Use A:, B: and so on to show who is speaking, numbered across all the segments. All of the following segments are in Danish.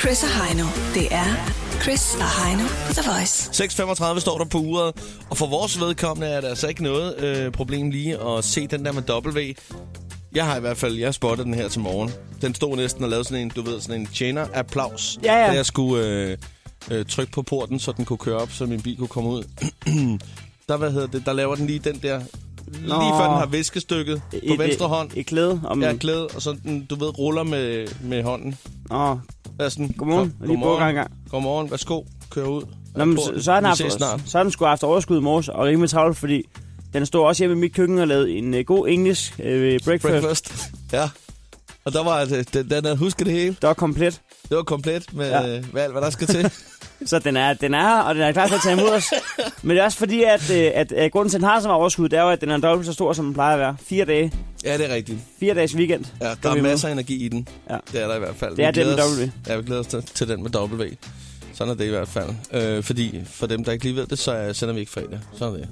A: Chris og Heino. Det er Chris og Heino på The Voice.
B: 6.35 står der på uret, og for vores vedkommende er der altså ikke noget øh, problem lige at se den der med W. Jeg har i hvert fald, jeg spottede den her til morgen. Den stod næsten og lavede sådan en, du ved, sådan en tjener-applaus,
C: Ja, ja.
B: da jeg skulle øh, øh, trykke på porten, så den kunne køre op, så min bil kunne komme ud. der, hvad hedder det, der laver den lige den der, lige
C: Nå.
B: før den har viskestykket på
C: Et-
B: venstre hånd.
C: Et klæde om...
B: Jeg er glæde, og så den, du ved, ruller med, med hånden.
C: Nå,
B: Jeg er sådan,
C: Godmorgen.
B: "Kom,
C: Og lige bukker en gang.
B: Godmorgen, værsgo, kør ud.
C: Nå, men,
B: Af porten.
C: så, så, har den
B: Vi
C: haft,
B: ses snart.
C: så har den sgu haft overskud i morges, og rimelig travlt, fordi den stod også hjemme i mit køkken og lavede en øh, god engelsk øh, breakfast. breakfast.
B: Breakfast. Ja. Og der var, altså- den, den havde husket det hele.
C: Der var komplet.
B: Det var komplet med,
C: Ja.
B: ja. med alt, hvad der skal til.
C: Så den er, den er her, og den er klar til at tage imod os. Men det er også fordi, at, øh, at, at grunden til, at den har så meget overskud, det er jo, at den er dobbelt så stor, som den plejer at være. Fire dage.
B: ja, det er rigtigt.
C: Fire dages weekend.
B: Ja,
C: Går
B: der
C: vi
B: er
C: med.
B: masser af energi i den.
C: Ja.
B: Det er der i hvert fald.
C: Det er
B: Vi
C: den med
B: glæder os-
C: W.
B: Ja, vi glæder os til, til den med W. Sådan er det i hvert fald. Øh, fordi for dem, der ikke lige ved det, så øh, sender vi ikke fredag. Sådan er det.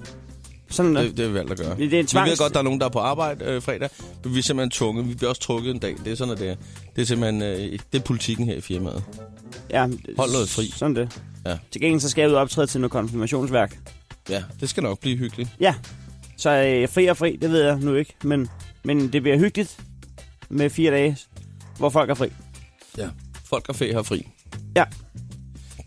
C: Sådan der.
B: Det, det er vi valgt at gøre.
C: Det er en tvangs-
B: Vi ved godt, der er nogen, der er på arbejde øh, fredag, men vi er simpelthen tvunget. Vi bliver også trukket en dag. Det er sådan, at det er. Det er simpelthen øh, det er politikken her i firmaet.
C: Ja,
B: Hold noget fri.
C: Sådan det.
B: Ja.
C: Til gengæld så skal jeg ud og optræde til noget konfirmationsværk.
B: Ja, det skal nok blive hyggeligt.
C: Ja, så øh, fri og fri, det ved jeg nu ikke. Men, men det bliver hyggeligt med fire dage, hvor folk er fri.
B: Ja. Folk og fæ har fri.
C: Ja,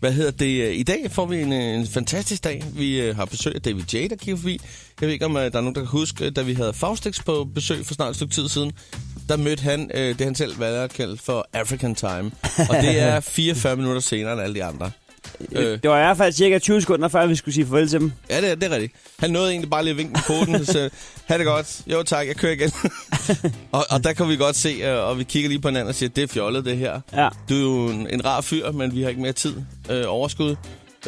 B: Hvad hedder det? I dag får vi en, øh, en fantastisk dag. Vi øh, har besøg af David J., der kigger forbi. Jeg ved ikke, om øh, der er nogen, der kan huske, øh, da vi havde Faustix på besøg for snart et stykke tid siden, der mødte han øh, det, han selv valgte at kalde for African Time. Og det er 44 minutter senere end alle de andre. Øh,
C: det var i hvert fald cirka 20 sekunder, før vi skulle sige farvel til dem.
B: ja, det er, det er rigtigt. Han nåede egentlig bare lige at vinke med koden, så ha' det godt. Jo tak, jeg kører igen. og, og der kan vi godt se, øh, og vi kigger lige på hinanden og siger, det er fjollet det her.
C: Ja,
B: Du er jo en, en rar fyr, men vi har ikke mere tid øh, overskud.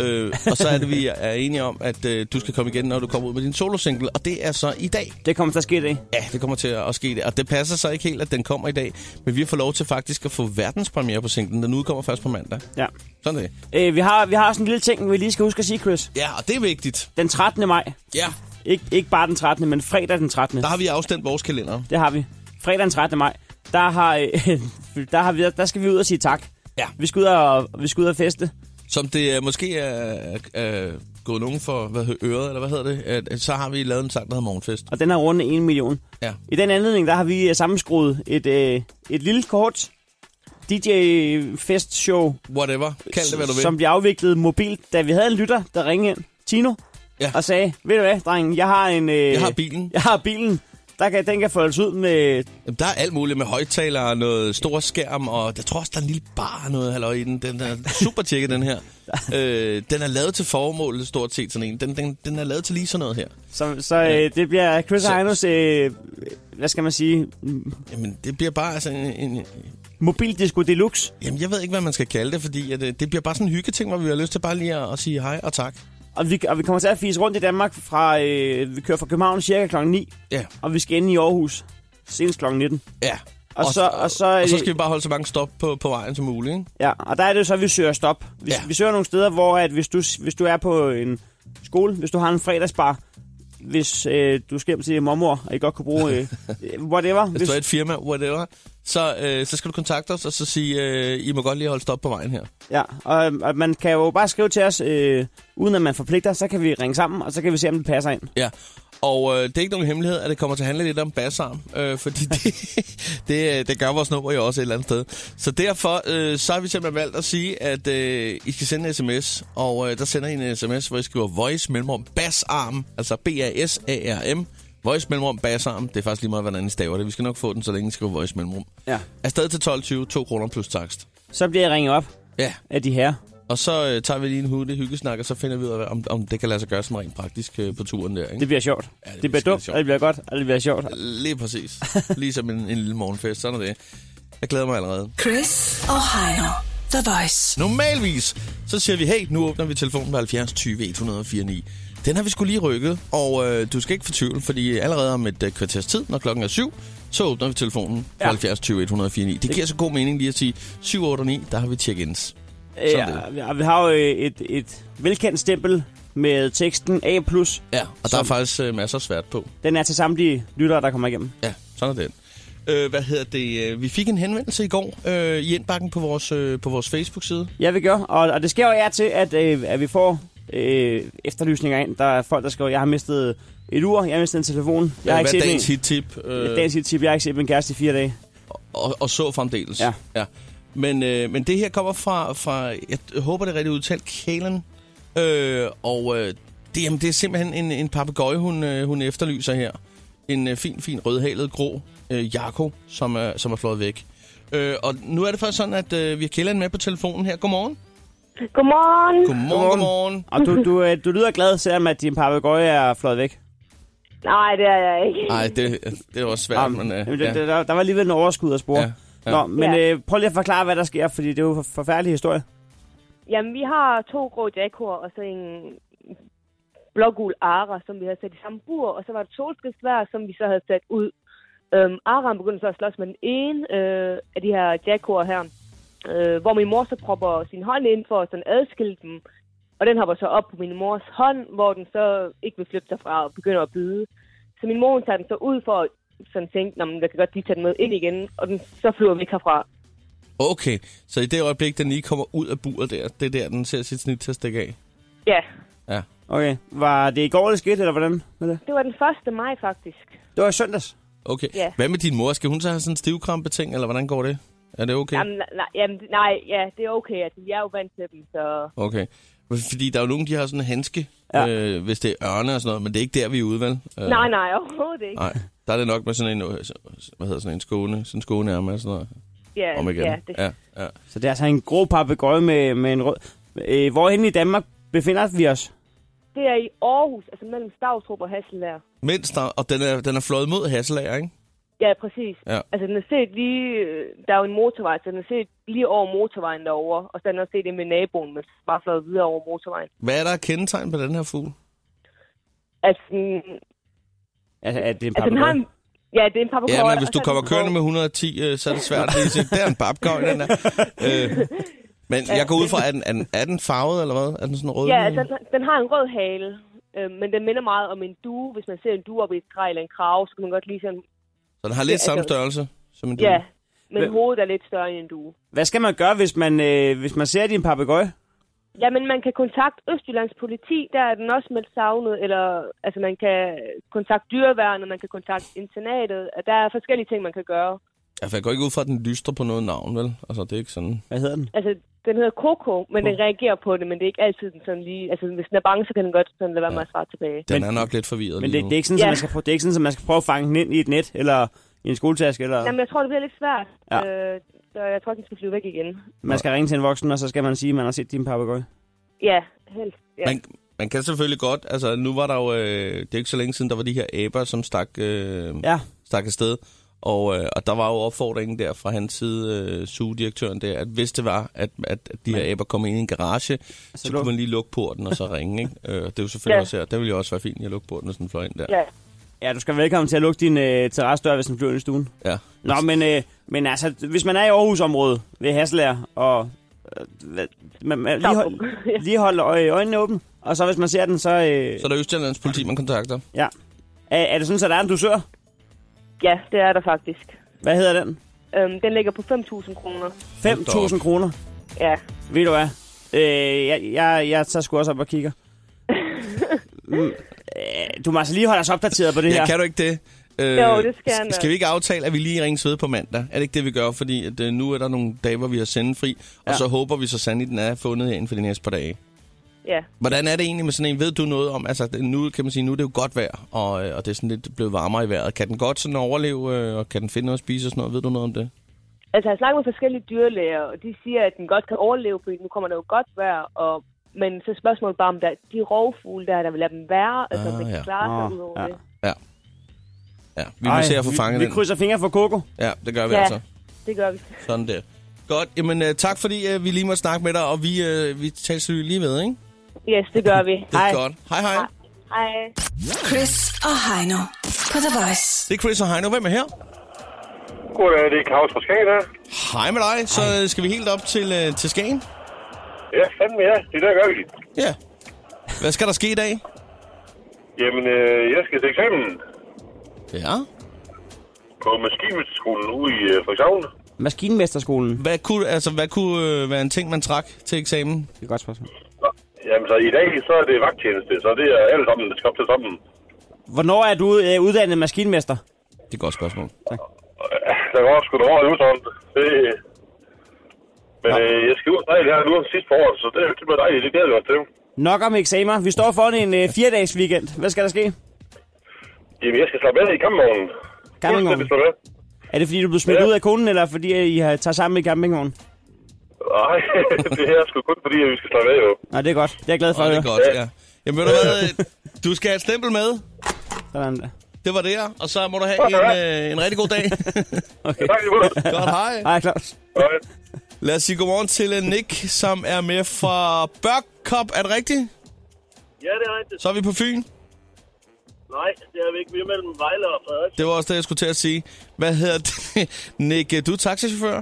B: Øh, og så er det, vi er enige om, at øh, du skal komme igen, når du kommer ud med din solosingle. Og det er så i dag.
C: det kommer til at ske i dag.
B: Ja, det kommer til at, at ske det. Og det passer så ikke helt, at den kommer i dag. Men vi får lov til faktisk at få verdenspremiere på singlen. Den udkommer først på mandag.
C: Ja.
B: Sådan er det.
C: Øh, vi, har, vi har sådan en lille ting, vi lige skal huske at sige, Chris.
B: Ja, og det er vigtigt.
C: Den 13. maj.
B: Ja.
C: Ikke, ikke bare den 13., men fredag den 13.
B: Der har vi afstemt vores kalender.
C: Det har vi. Fredag den 13. maj. Der, har, øh, der, har vi, der skal vi ud og sige tak.
B: Ja.
C: Vi skal ud og, vi skal ud og feste.
B: Som det øh, måske er, er gået nogen for hvad hedder, øret, eller hvad hedder det, at, at så har vi lavet en sang, der hedder Morgenfest.
C: Og den har rundet 1 million.
B: Ja.
C: I den anledning, der har vi øh, sammenskruet et, øh, et lille kort DJ-festshow,
B: Whatever. Kald det, hvad du vil.
C: som bliver afviklet mobilt, da vi havde en lytter, der ringede ind, Tino,
B: Ja.
C: og sagde, ved du hvad, dreng, jeg har en... Øh,
B: Jeg har bilen.
C: Jeg har bilen. Der kan, den kan foldes ud med...
B: Jamen, der er alt muligt med højtalere og noget stor skærm, og jeg tror også, der er en lille bar og noget halløj i den. Den er super tjekket, den her. øh, den er lavet til formålet, stort set sådan en. Den, den, den er lavet til lige sådan noget her.
C: Så, så øh, det bliver Chris
B: Så-
C: og Heinos, øh, hvad skal man sige, m-
B: Jamen, det bliver bare sådan en... en
C: mobildisco deluxe.
B: jamen, jeg ved ikke, hvad man skal kalde det, fordi at, øh, det bliver bare sådan en hyggeting, hvor vi har lyst til bare lige at, at sige hej og tak.
C: Og vi, og vi kommer til at fise rundt i Danmark fra... Øh, vi kører fra København cirka kl. 9,
B: Ja,
C: og vi skal ind i Aarhus senest kl. 19.
B: ja.
C: Og så- og så- øh,
B: og så skal vi bare holde så mange stop på, på vejen som muligt, ikke?
C: Ja, og der er det jo så, at vi søger stop. Vi, ja.
B: Ja.
C: vi søger nogle steder, hvor at hvis, du, hvis du er på en skole, hvis du har en fredagsbar, hvis øh, du skal hjem til mormor, og I godt kunne bruge øh, øh, whatever.
B: Hvis
C: Hvis,
B: Altså, du er et firma, whatever, så, øh, så skal du kontakte os og så sige, øh, I må godt lige holde stop på vejen her.
C: ja, og, og man kan jo bare skrive til os, øh, uden at man forpligter, så kan vi ringe sammen, og så kan vi se, om det passer ind.
B: Ja, og øh, det er ikke nogen hemmelighed, at det kommer til at handle lidt om bassarm, øh, fordi det, det, øh, det gør vores nummer jo også et eller andet sted. Så derfor øh, så har vi simpelthen valgt at sige, at øh, I skal sende en sms, og øh, der sender I en sms, hvor I skriver voice mellemrum bassarm, altså B-A-S-A-R-M, voice mellemrum bassarm. Det er faktisk lige meget, hvordan I staver det. Vi skal nok få den, så længe I skriver voice mellemrum.
C: Ja.
B: Afsted til 12.20, 2 kroner plus takst.
C: Så bliver jeg ringet op
B: Ja,
C: af de her.
B: og så øh, tager vi lige en hurtig hyggesnak, og så finder vi ud af, om, om det kan lade sig gøre sådan rent praktisk øh, på turen der. Ikke?
C: Det bliver sjovt.
B: Ja,
C: det,
B: det
C: det bliver
B: bliver
C: dumt,
B: skide sjovt.
C: og det bliver godt, og det bliver sjovt.
B: Lige præcis. Ligesom en, en lille morgenfest. Sådan er det. Jeg glæder mig allerede.
A: Chris og Heino. The Voice.
B: Normalvis, så siger vi, hey, nu åbner vi telefonen på 70 20 149. Den har vi skulle lige rykket, og øh, du skal ikke fortvivle, fordi allerede om et øh, kvarters tid, når klokken er syv, så åbner vi telefonen på
C: Ja.
B: ja. 70 20 149. Det giver så god mening lige at sige 7, 8 og 9, der har vi check-ins. Sådan
C: Ja, og vi har jo øh, et, et velkendt stempel med teksten A+.
B: Ja, og der er faktisk øh, masser af svært på.
C: Den er til samtlige lyttere, der kommer igennem.
B: Ja, sådan er det. Øh, hvad hedder det? øh, Vi fik en henvendelse i går øh, i indbakken på vores, øh, på vores Facebook-side.
C: Ja, vi gør. Og, og det sker jo af og til, at, øh, at vi får øh, efterlysninger ind. Der er folk, der skriver, jeg har mistet et ur, jeg har mistet en telefon. Jeg har
B: Hvad
C: ikke
B: er
C: set
B: dagens
C: min,
B: hit-tip?
C: øh. dagens hit tip, jeg har ikke set min kæreste i fire dage.
B: og, og så fremdeles.
C: Ja.
B: ja. Men, øh, men det her kommer fra, fra, jeg håber det er rigtigt udtalt, Kalen. Øh, og øh, det, jamen, det er simpelthen en, en papegøje, hun, øh, hun efterlyser her. En øh, fin, fin rødhalet grå øh, jakko, som er, som er flået væk. Øh, og nu er det faktisk sådan, at øh, vi har Kellen med på telefonen her. Godmorgen.
D: Godmorgen.
B: Godmorgen,
C: Godmorgen.
B: godmorgen.
C: Og du, du, øh, du lyder glad, selvom at din papegøje er fløjet væk.
D: Nej, det er jeg ikke.
B: Nej, det, det var svært,
C: Jamen,
B: men... Øh,
C: jamen,
B: ja.
C: der, der, der var alligevel en overskud at spore.
B: Ja,
C: Ja,
B: ja.
C: ja. Nå, men
D: Ja.
C: øh, prøv lige at forklare, hvad der sker, fordi det er jo en forfærdelig historie.
D: Jamen, vi har to grå jackor og så en blågul ara, som vi havde sat i samme bur, og så var det solskinsvær, som vi så havde sat ud. Øhm, Aran begyndte så at slås med den ene øh, af de her jackor her, øh, hvor min mor så propper sin hånd ind for at sådan adskille dem. Og den hopper så op på min mors hånd, hvor den så ikke vil flytte sig fra og begynder at bide. Så min mor hun tager den så ud for at sådan tænke, at jeg kan godt lige tage den med ind igen, og den så flyver væk herfra.
B: Okay, så i det øjeblik, den lige kommer ud af buret der, det er der, den ser sit snit til at stikke af.
D: Ja,
B: Ja.
C: Okay, var det i går, det skete, eller hvordan? Var det?
D: det var den 1. maj faktisk.
C: det var i søndags.
B: Okay.
D: Ja.
B: Hvad med din mor? Skal hun så have sådan en stivkrampe-ting, eller hvordan går det? Er det okay?
D: Jamen, nej, jamen, nej, ja, det er okay. Altså, jeg er jo vant til dem, så...
B: Okay. Fordi der er jo nogen, de har sådan en handske, ja.
C: Ja.
B: øh, hvis det er ørne og sådan noget, men det er ikke der, vi er ude, vel? Øh,
D: Nej, nej, overhovedet ikke.
B: Nej, der er det nok med sådan en, øh, hvad hedder sådan en skåne, sådan en skåneærme og sådan noget.
D: Ja,
B: Om igen.
D: ja, det, ja.
B: ja, ja.
C: Så det er altså en grå papegøje med, med en rød... Øh, hvorhen i Danmark befinder vi os?
D: det er i Aarhus, altså mellem Stavstrup og Hasselær.
B: Mens der, og den er, den er fløjet mod Hasselager, ikke?
D: Ja, præcis.
B: Ja.
D: Altså, den er set lige... øh, Der er jo en motorvej, så den er set lige over motorvejen derovre. Og så er den også set ind med naboen, men bare fløjet videre over motorvejen.
B: Hvad er der af kendetegn på den her fugl?
D: Altså, den-
C: Altså, er det en
D: altså den
C: papegøje?
D: har en... Ja, det er en papagøje.
B: Ja, men hvis
D: og så
B: du
D: er
B: kommer
D: den
B: kørende
D: grå.
B: med 110, øh, så er det svært at sige, der er en babgøj, den der. Øh, men jeg går ud fra, er den, er, den, er den farvet, eller hvad? Er den sådan rød?
D: Ja, altså, den, den har en rød hale, øh, men den minder meget om en due. Hvis man ser en due op i et træ eller en krave, så kan man godt lige sådan...
B: Så den har lidt
D: Ja,
B: samme
D: altså-
B: størrelse som en due.
D: Ja, men
C: Hvem-
D: hovedet er lidt større end en due.
C: Hvad skal man gøre, hvis man, øh, hvis man ser din papegøje?
D: Jamen, man kan kontakte Østjyllands politi, der er den også meldt savnet, eller altså, man kan kontakte dyreværnet, man kan kontakte internatet. Der er forskellige ting, man kan gøre.
B: Altså, jeg går ikke ud fra, at den lyster på noget navn, vel? Altså, det er ikke sådan.
C: Hvad hedder den?
D: Altså, den hedder Coco, men den reagerer på det, men det er ikke altid den sådan lige... Altså, hvis den er bange, så kan den godt sådan lade være med at svare tilbage.
B: Den
C: Men-
B: er nok lidt forvirret
C: Men
B: lige
C: det,
B: nu.
C: det, er ikke sådan, ja.
D: Ja.
C: man skal prøve, det er ikke sådan, at man skal prøve at fange den ind i et net, eller i en skoletaske, eller
D: Jamen, jeg tror, det bliver lidt svært.
C: Ja.
D: Øh, så jeg tror, den skal flyve væk igen.
C: man skal ringe til en voksen, og så skal man sige, at man har set din papegøje.
D: Ja, helst. Ja.
B: Man, man kan selvfølgelig godt, altså nu var der jo, øh, det er ikke så længe siden, der var de her aber, som stak, øh, ja.
C: Ja,
B: stak afsted. Og, øh, og der var jo opfordringen der fra hans side, øh, sugedirektøren der, at hvis det var, at, at, at de her aber kom ind i en garage, så, så
C: luk.
B: kunne man lige lukke porten og så ringe. Ikke? Øh, det er jo selvfølgelig ja.
D: Ja.
B: også her, det ville jo også være fint, at jeg lukke porten, hvis den fløj ind der.
D: ja.
C: ja du skal være velkommen til at lukke din øh, terrassedør, hvis den flyver ind i stuen.
B: ja.
C: Nå, men, øh, men altså, hvis man er i Aarhus-området ved Hasselager, og øh, hvad- man, man, lige, hold,
D: Ja.
C: lige holde øje, øjnene åbne, og så hvis man ser den, så... Øh,
B: Så er der Østjyllands politi, man kontakter.
C: ja. Er, er det sådan, så der er en dusør?
D: ja, det er der faktisk.
C: Hvad hedder den?
D: Øhm, den ligger på 5.000 kroner.
C: 5.000 kroner.
D: Ja.
C: Ved du hvad? Øh, jeg, jeg, jeg tager sgu også op og kigger. Mm, øh, du må altså lige holde os opdateret på det
B: Ja,
C: her.
B: kan du ikke det? Øh,
D: Jo, det skal jeg nok.
B: Skal vi ikke aftale, at vi lige ringes ved på mandag? Er det ikke det, vi gør? Fordi at, øh, nu er der nogle dage, hvor vi har sendefri, og
C: Ja.
B: så håber vi så sandelig, den er fundet herinde for de næste par dage.
D: Ja.
B: Hvordan er det egentlig med sådan en? Ved du noget om, altså det- nu kan man sige, nu er det jo godt vejr, og, øh, og det er sådan lidt blevet varmere i vejret. Kan den godt sådan overleve, øh, og kan den finde noget at spise og sådan noget? Ved du noget om det?
D: Altså, jeg har snakket med forskellige dyrlæger, og de siger, at den godt kan overleve, fordi nu kommer der jo godt vejr, og men så er spørgsmålet bare, om der, de rovfugle der, der vil lade dem være, altså
B: Ah,
D: om de
B: ja.
D: kan klare sig
C: Nå,
D: ud over
C: ja.
D: det.
B: Ja. Ja, vi må se at få fanget
C: vi, vi
B: den.
C: krydser fingre for Coco.
B: Ja, det gør vi
D: Ja.
B: altså.
D: Det gør vi.
B: Sådan der. Godt, jamen øh, tak fordi øh, vi lige måtte snakke med dig, og vi, øh, vi tager lige ved, ikke?
D: Yes, det gør vi.
B: Det er
C: Hej.
B: godt. Hej, hej.
D: Hej.
A: Chris og Heino på The Voice.
B: Det er Chris og Heino. Hvem er her?
E: Goddag, det er Claus fra Skagen her.
B: Hej med dig. Så øh, skal vi helt op til, øh, til Skagen.
E: Ja, fandme ja, det der gør vi.
B: Ja. Hvad skal der ske i dag?
E: Jamen, øh, jeg skal til eksamen
B: Ja.
E: på maskinens skolen ude i øh, Frederikshavn.
C: Maskinmesterskolen. Det
B: Hvad kunne, altså, hvad kunne øh, være en ting, man trak til eksamen?
C: er et godt spørgsmål.
E: Nå, Jamen, så i dag, så er det vagttjeneste, så det er alle sammen, der skal op til sammen.
C: Hvornår er du øh, uddannet maskinmester?
B: Det er et godt spørgsmål.
E: Ja, Øh, Der går sgu et år i udtånd. Det... Men øh, jeg skal ud og sejle her nu sidst på året, så det, det bliver dejligt. Det glæder jeg mig til.
C: Nok om eksamer. Vi står foran en øh, fire-dages weekend. Hvad skal der ske?
E: Jamen, jeg skal slappe af i kampvognen.
C: Campingvognen.
E: Fuldstændig slappe af.
C: Er det fordi, du er blevet smidt
E: Ja.
C: ud af konen, eller fordi øh, I har tager sammen i campingvognen?
E: Nej, det her er sgu kun fordi, at vi skal slappe af, jo.
C: Nej, det er godt. Det er jeg glad for.
B: Og
C: at
B: det er
C: høre.
B: godt, ja. Jamen ved du hvad, øh, du skal have et stempel med.
C: Sådan der.
B: Det var det her, og så må du have en, øh, en rigtig god dag.
E: Tak, I måde.
B: godt, hej.
C: Hej, Claus.
E: Hej.
B: Lad os sige godmorgen til øh, Nick, som er med fra Børkop. Er det rigtigt?
F: Ja, det er rigtigt.
B: Så er vi på Fyn.
F: Nej, det er vi ikke. Vi er mellem Vejle og Frederik.
B: Det var også det, jeg skulle til at sige. Hvad hedder det? Nick, øh, du er taxichauffør?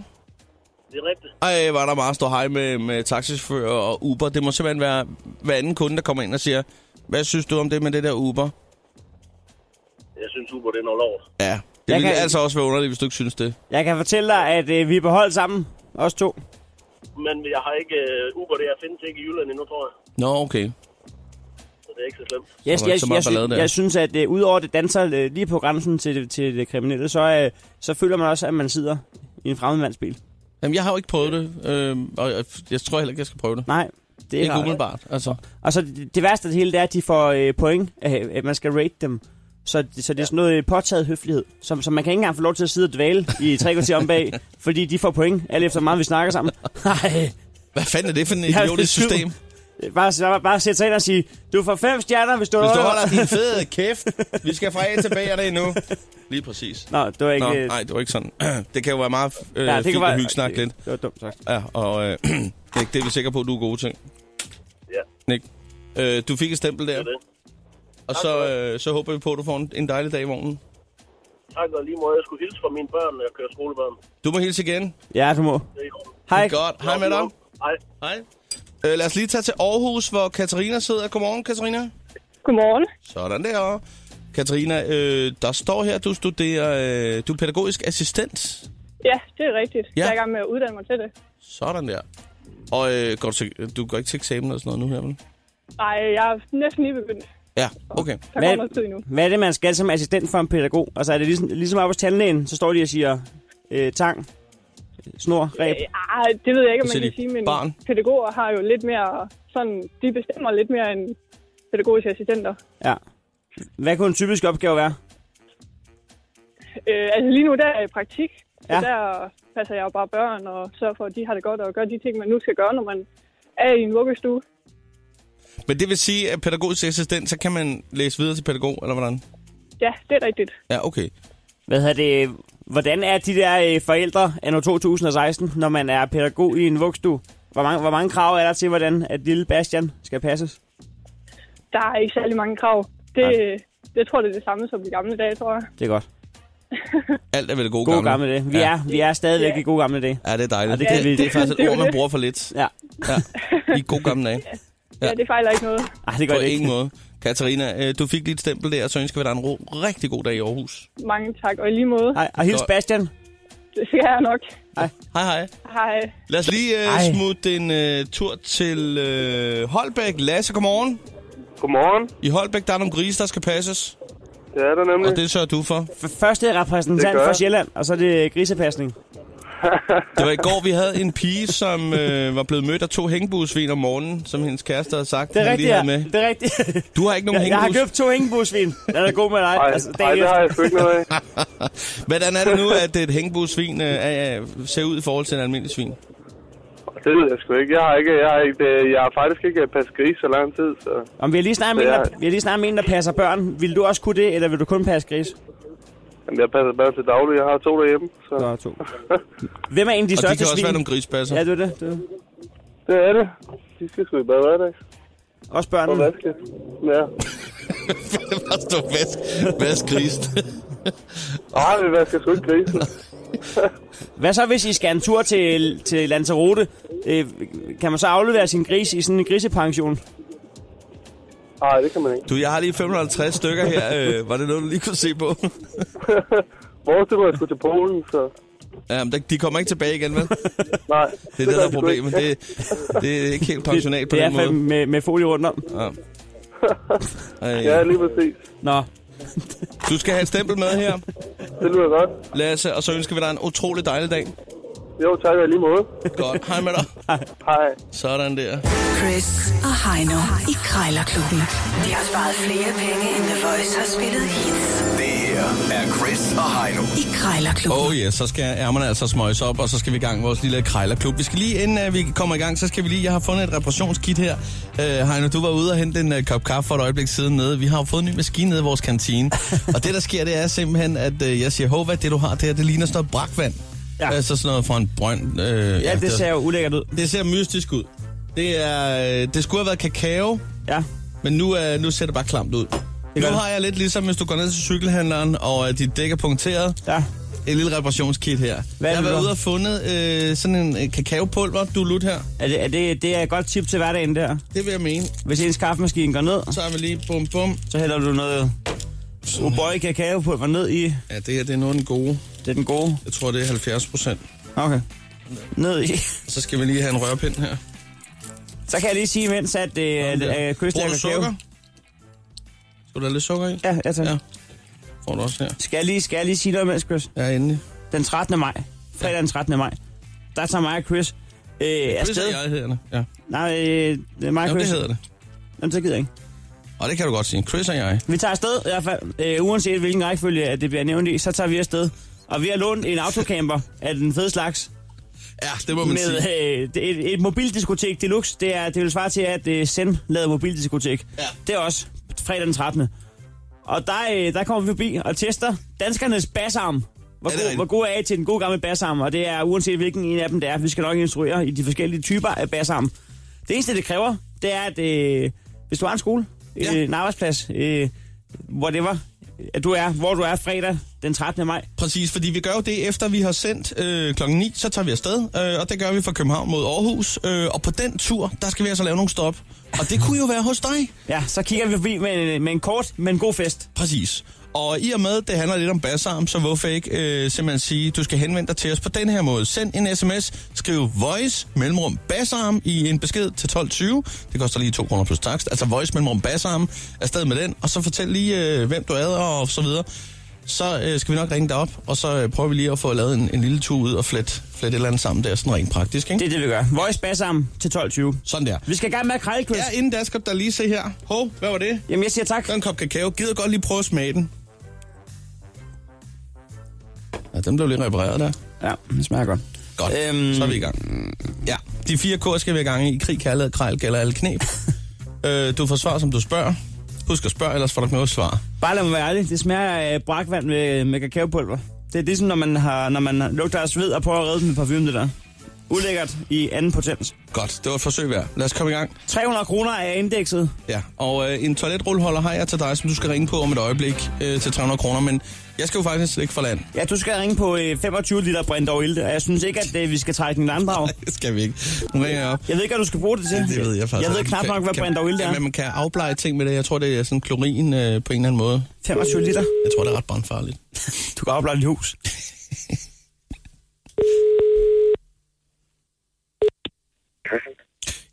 F: Det er rigtigt.
B: Ej, var der meget stor hej med, med taxichauffører og Uber. Det må simpelthen være hver anden kunde, der kommer ind og siger, hvad synes du om det med det der Uber?
F: Jeg synes, Uber det er noget lort.
B: Ja, det
C: Jeg
B: ville
C: kan-
B: altså også være underligt, hvis du ikke synes det.
C: Jeg kan fortælle dig, at øh, vi er på hold sammen. Os to.
F: Men jeg har ikke... Uh, Uber det er findes ikke i Jylland endnu, tror jeg.
B: Nå, okay.
F: Så det er ikke så slemt.
C: Jeg,
B: Så var der
C: jeg,
B: ikke så meget
C: jeg, sy-
B: ballade der.
C: jeg synes, at øh, udover det danser øh, lige på grænsen til det, til det kriminelle, så, øh, så føler man også, at man sidder i en fremmedmandsbil.
B: Jamen, jeg har jo ikke prøvet det, øh, og jeg, jeg tror heller ikke, jeg skal prøve det.
C: Nej, det er
B: Ikke
C: ikke rart.
B: umiddelbart, altså.
C: Og så det, det værste af det hele, det er, at de får øh, point, øh, at man skal rate dem. Så, det- så det er sådan noget øh, påtaget høflighed, som, som man kan ikke engang få lov til at sidde og dvæle i tre kvarter om bag, fordi de får point, alt efter hvor meget vi snakker sammen. Nej,
B: Hvad fanden er det for en
C: Jeg er
B: idiotisk
C: syv.
B: system?
C: bare, bare, bare sætte sig ind og sige, du får fem stjerner, hvis du,
B: Hvis du holder din fede kæft, vi skal fra A til B af det endnu. Lige præcis.
C: Nå, det var ikke...
B: Nå,
C: øh,
B: nej, det var ikke sådan. Det kan jo være meget øh, ja, fint at hygge snakke lidt.
C: Det var dumt sagt.
B: Ja, og øh, Nick, det er vi sikre på, at du er gode til.
F: Ja.
B: Nick, øh, du fik et stempel der,
F: Det er det.
B: og så, øh, så håber vi på, at du får en, en dejlig dag i morgen.
F: Tak og lige måde. Jeg skulle hilse fra mine børn, når jeg kører skolebørn.
B: Du må hilse igen.
C: Ja, du må.
F: Det er i orden.
C: Hej.
B: Godt. Hej med dig.
F: Hej.
B: Hej. Øh, lad os lige tage til Aarhus, hvor Katarina sidder. Godmorgen, Katarina.
D: Godmorgen.
B: Sådan der. Katarina, øh, der står her, du studerer, øh, du er pædagogisk assistent.
G: Ja, det er rigtigt.
B: Ja.
G: Ja. Jeg er i gang med at uddanne mig til det.
B: Sådan der. Og øh, går du, til, du går ikke til eksamen eller sådan noget nu her, vel?
G: Nej, jeg er næsten lige begyndt.
B: Ja, okay.
G: Der
C: Hvad-
G: går noget tid endnu.
C: Hvad er det, man skal som assistent for en pædagog? Altså er det ligesom, ligesom oppe hos tandlægen, så står de og siger øh, tang, snor, ræb.
G: Ah, det ved jeg ikke, om
B: Så
G: man
B: siger
G: kan
B: de,
G: sige, men
B: barn.
G: pædagoger har jo lidt mere... Sådan, de bestemmer lidt mere end pædagogiske assistenter.
C: Ja. Hvad kunne en typisk opgave være?
G: Øh, altså lige nu, der er jeg i praktik. Så
C: Ja.
G: ja. der passer jeg jo bare børn og sørger for, at de har det godt og gør de ting, man nu skal gøre, når man er i en vuggestue.
B: Men det vil sige, at pædagogisk assistent, så kan man læse videre til pædagog, eller hvordan?
G: Ja, det er rigtigt.
B: Ja, okay.
C: Hvad hedder det? Hvordan er de der øh, forældre anno 2016, når man er pædagog i en vugstue? Hvor mange, hvor mange krav er der til, hvordan at lille Bastian skal passes?
G: Der er ikke særlig mange krav. Det, jeg tror, det er det samme som i gamle dage, tror jeg.
C: Det er godt.
B: Alt er vel gode,
C: Gode gamle dage. Vi,
B: ja.
C: er, vi er stadigvæk
G: Ja.
C: i gode gamle dage.
B: Ja, det er dejligt.
C: Ja,
B: Ja,
C: det kan
B: det,
C: vi.
B: det, det er faktisk
G: Det
B: et
G: er
B: ord,
G: jo
B: man
G: det.
B: bruger for lidt.
C: Ja.
B: Ja. I god gamle dage. Ja.
G: Ja, ja det fejler ikke noget.
C: Ej, det gør
B: På
C: det ikke.
B: ingen måde. Katarina, øh, du fik lige et stempel der, og så ønsker vi dig en ro, rigtig god dag i Aarhus.
G: Mange tak, og i lige måde.
C: Ej, og hils
B: Godt.
C: Bastian.
G: Det skal jeg nok.
B: Hej hej.
G: Hej.
B: Lad os lige øh,
C: Ej.
B: smutte en øh, tur til øh, Holbæk. Lasse, godmorgen.
E: Godmorgen.
B: I Holbæk, der er nogle grise, der skal passes,
E: Det er der nemlig.
B: og det sørger du for.
C: F- Første repræsentant
E: Det gør
C: for
E: jeg.
C: Sjælland, og så er det grisepasning.
B: Det var i går, vi havde en pige, som øh, var blevet mødt af to hængebusvin om morgenen, som hendes kæreste havde sagt,
C: Det er
B: han
C: rigtigt,
B: lige
C: ja.
B: havde med.
C: Det er rigtigt.
B: Du har ikke nogen
C: Jeg, jeg har
B: hængebus.
C: købt to hængebusvin. Den er god med dig.
E: Ej, ej,
C: dagen
E: det har jeg sgu ikke noget af.
B: Hvordan er det nu, at et hængebusvin øh, er, er- ser ud i forhold til en almindelig svin?
E: Det ved jeg sgu ikke. Jeg har, ikke, jeg har, ikke, øh, jeg har faktisk ikke passet gris så lang tid, så...
C: efter. Om vi har lige snart med, en, der,
E: Ja.
C: vi har lige snart med en, der passer børn. Vil du også kunne det, eller vil du kun passe gris?
E: Jamen, jeg passer bare til daglig. Jeg har to derhjemme, så...
C: Der er to. Hvem er en af de
B: Og de
C: største
B: kan også
C: svin?
B: være nogle grispasser.
C: Ja, det er det. det er. det.
E: Det er det. De skal sgu i bad hver dag.
C: Også
E: Og
C: børnene.
E: vaske. Ja.
B: det var stå vask, vask grisen.
E: Nej, vi vasker sgu ikke grisen.
C: Hvad så, hvis I skal en tur til, til Lanzarote? Øh, kan man så aflevere sin gris i sådan en grisepension?
E: Nej, det kan man ikke.
B: du, jeg har lige 550 stykker her. Øh, var det noget, du lige kunne se på?
E: forestille mig, at jeg skulle til Polen, så...
B: Ja, men der- de kommer ikke tilbage igen, vel?
E: Nej.
B: Det er det, der
E: gør
B: er
E: de sgu
B: problemet.
E: ikke.
B: Det, det er ikke helt pensionat på
C: det er
B: den måde.
C: fandme med, med folie rundt om.
B: Ja.
E: Ja,
B: Ej,
E: lige præcis.
C: Nå,
B: du skal have et stempel med her,
E: Det lyder godt.
B: Lasse, og så ønsker vi dig en utrolig dejlig dag.
E: Jo, tak og i lige måde.
B: Godt, hej med dig.
E: Hej.
B: Sådan der.
A: Chris og Heino i Krejlerklubben. De har sparet flere penge, end The Voice har spillet hits
H: Det her er Chris og Heino.
A: i Krejlerklubben.
B: Oh yeah, så skal ærmerne altså smøjes op, og så skal vi i gang med vores lille krejlerklub. Vi skal lige, inden uh, vi kommer i gang, så skal vi lige, jeg har fundet et reparationskit her. Uh, Heino, du var ude og hente en uh, kop kaffe for et øjeblik siden nede. Vi har jo fået en ny maskine nede i vores kantine. og det, der sker, det er simpelthen, at uh, jeg siger, hov, hvad det, du har der, det ligner sådan noget brakvand. Ja.
C: Ja.
B: Uh, så sådan noget fra en brønd. Uh,
C: ja, det ser jo ulækkert ud.
B: det ser mystisk ud. Det, er, øh, det skulle have været kakao,
C: Ja,
B: men nu, øh, nu ser det bare klamt ud. Nu
C: gør det.
B: har jeg lidt ligesom, hvis du går ned til cykelhandleren, og øh, dit dæk er punkteret.
C: ja.
B: Et lille reparationskit her.
C: Hvad er
B: jeg har
C: det,
B: været
C: du
B: ude
C: har?
B: og fundet øh, sådan en øh, kakaopulver, du lut her.
C: Er det, er det, det er et godt tip til hverdagen der.
B: Det vil jeg mene.
C: Hvis ens kaffemaskine går ned,
B: Så har vi lige bum bum.
C: så hælder du noget O'boy kakaopulver ned i.
B: Ja, det her det er noget af den gode.
C: Det er den gode.
B: Jeg tror, det er 70 procent.
C: Okay. Ned i.
B: Så skal vi lige have en rørpind her.
C: Så kan jeg lige sige imens, at det er
B: Der.
C: øh, Chris
B: Bruger
C: der
B: du
C: kakao.
B: sukker? Skal du have lidt sukker i?
C: Ja, ja, tak.
B: Ja. Får du også her.
C: Skal, jeg lige, skal jeg lige sige noget imens, Chris?
B: Ja, endelig.
C: Den 13. maj. Fredag den 13. maj. Der tager mig og Chris øh,
B: Hvis
C: afsted.
B: jeg hedder det. Ja.
C: Nej, øh, det er mig og
B: Jamen,
C: Chris.
B: det hedder det.
C: Jamen, så gider jeg ikke.
B: Og det kan du godt sige. Chris og jeg.
C: Vi tager afsted, i hvert fald, øh, uanset hvilken rækkefølge at det bliver nævnt i, så tager vi afsted. Og vi har lånt en autocamper af den fede slags.
B: Ja, det må man
C: Med
B: sige.
C: øh, det- et, et mobildiskotek deluxe. Det, er, det vil svare til, at øh, Zen lavede mobildiskotek.
B: Ja.
C: Det er også fredag den 13. Og der, øh, der kommer vi forbi og tester danskernes bassarm. Hvor,
B: Ja, det er
C: god,
B: rigtigt.
C: hvor god er I til den gode gamle bassarm? Og det er uanset hvilken en af dem det er. Vi skal nok instruere i de forskellige typer af bassarm. Det eneste, det kræver, det er, at øh, hvis du har en skole,
B: Ja.
C: ja. øh, en arbejdsplads, øh, whatever, at du er, hvor du er fredag den 13. maj,
B: Præcis, fordi vi gør jo det, efter vi har sendt øh, klokken 9, så tager vi afsted, øh, og det gør vi fra København mod Aarhus. Øh, og på den tur, der skal vi altså lave nogle stop. Og det kunne jo være hos dig.
C: ja, så kigger vi forbi med, en- med en kort, men god fest.
B: Præcis. Og i og med, det handler lidt om bassarm, så hvorfor ikke øh, simpelthen sige, du skal henvende dig til os på den her måde. Send en sms, skriv voice, mellemrum, bassarm i en besked til 12.20. Det koster lige 2 kroner plus takst. Altså voice, mellemrum, bassarm. Afsted med den, og så fortæl lige, øh, hvem du er og så videre. Så øh, skal vi nok ringe dig op, og så øh, prøver vi lige at få lavet en, en lille tur ud og flette flet et eller andet sammen der, sådan rent praktisk, ikke?
C: Det
B: Det...
C: er det, vi gør. Voice bassarm til 12.20.
B: Sådan der.
C: Vi skal i gang med at krejle, Chris.
B: Ja, inden der skal der lige se her. Hov, hvad var det?
C: Jamen, jeg siger tak.
B: Der er en kop kakao. Gider godt lige prøve at smage den. Ja, den blev lidt repareret der.
C: Ja, det smager godt.
B: Godt, øhm...
C: Øhm.
B: så er vi i gang. Ja, de fire kår skal vi i gang i. Krig, kærlighed, krejl, gælder alle knep. øh, du får svar, som du spørger. Husk at spørge, ellers får du ikke noget svar.
C: Bare lad mig være ærlig, det smager af brakvand med, med kakaopulver. Det er ligesom, når man, har, når man lugter af sved og prøver at redde den med parfume, det der. Ulækkert i anden potens.
B: Godt, det var et forsøg værd. Lad os komme i gang.
C: 300 kroner er indekset.
B: Ja, og øh, en toiletrulleholder har jeg til dig, som du skal ringe på om et øjeblik øh, til 300 kroner, men jeg skal jo faktisk ikke for land.
C: Ja, du skal ringe på øh, 25 liter brændt over ilte, og jeg synes ikke, at øh, vi skal trække den anden drag.
B: Det skal vi ikke. Nu ringer jeg op.
C: Jeg ved ikke, hvad du skal bruge det til.
B: Det ved jeg faktisk.
C: Jeg ved
B: ikke.
C: knap
B: Kan-
C: nok, hvad
B: kan-
C: brændt over ilte er.
B: Jamen, man kan afblege ting med det. Jeg tror, det er sådan klorin øh, på en eller anden måde.
C: 25 liter.
B: Jeg tror, det er ret brandfarligt.
C: Du kan afblande dit hus.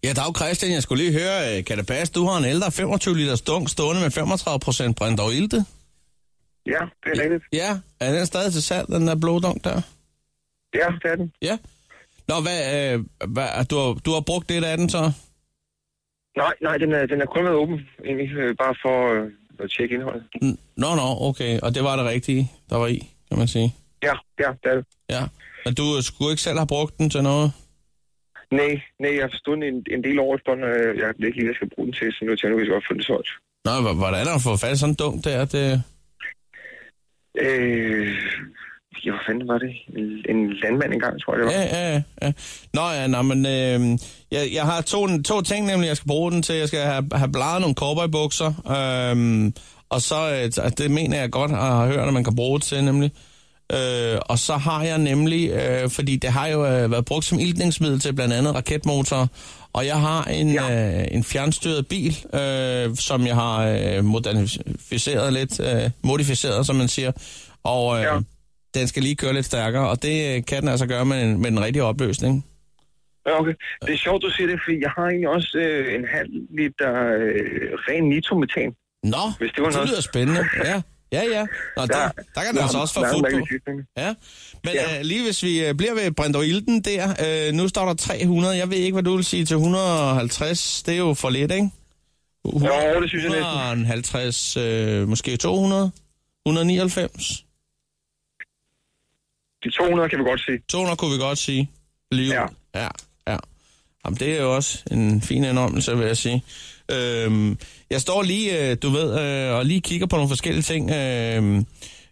B: Ja, dag Christian, jeg skulle lige høre, øh, kan det passe, du har en ældre 25 liter dunk stående med 35 procent brændt over ilte?
E: Ja, det er rigtigt.
B: Ja, er den stadig til salg, den der blå dunk der?
E: Ja, det er den.
B: Ja. Nå, hvad, øh, hvad du, har, du har brugt lidt af den så?
E: Nej, nej, den er, den er kun været åben, egentlig, øh, bare for øh, at tjekke indholdet.
B: N- Nå, nå, okay, og det var det rigtige, der var i, kan man sige.
E: Ja, ja, det er det.
B: Ja, men du øh, skulle ikke selv have brugt den til noget?
E: Nej, nej, jeg har stået en, en del over efterhånden, og jeg ved ikke lige, hvad jeg skal bruge den til, så nu er jeg tænkt, at jeg godt få den solgt.
B: Nå, h- hvordan har du fået fat i sådan en dunk der? Det...
E: Øh, ja, hvad fanden var det? En- En landmand engang, tror jeg, det var.
B: Ja, ja, ja. Nå ja, nå, men øh, jeg, jeg har to, to ting nemlig, jeg skal bruge den til. Jeg skal have, have bladet nogle cowboybukser, øh, og så, øh, det mener jeg godt at have hørt, at man kan bruge det til nemlig. Øh, og så har jeg nemlig, øh, fordi det har jo øh, været brugt som iltningsmiddel til blandt andet raketmotorer, og jeg har en, ja. øh, en fjernstyret bil, øh, som jeg har øh, moderniseret lidt, øh, modificeret, som man siger. Og øh, ja. Den skal lige køre lidt stærkere, og det øh, kan den altså gøre med en, med en rigtig opløsning.
I: Ja, okay. Det er sjovt, du siger det, fordi jeg har egentlig også øh, en halv liter øh, ren nitrometan.
B: Nå,
I: Hvis det
B: det,
I: var
B: det
I: noget-
B: lyder spændende. Ja, ja. ja. Nå, der, der, kan den altså også få
I: Der er
B: fod
I: en
B: på.
I: masse sygdomme.
B: Ja, men ja.
I: Ja.
B: Øh, lige hvis vi øh, bliver ved Brindolden der, øh, nu står der 300, jeg ved ikke, hvad du vil sige til 150, det er jo for lidt, ikke?
I: Jo, det synes jeg næsten.
B: 150, øh, måske 200, 199,
I: De 200 kan vi godt se.
B: 200 kunne vi godt sige. Lige
I: Ja.
B: ud. ja. ja. Jamen, det er jo også en fin indrømmelse, vil jeg sige. Øhm, jeg står lige, øh, du ved, øh, og lige kigger på nogle forskellige ting, øh,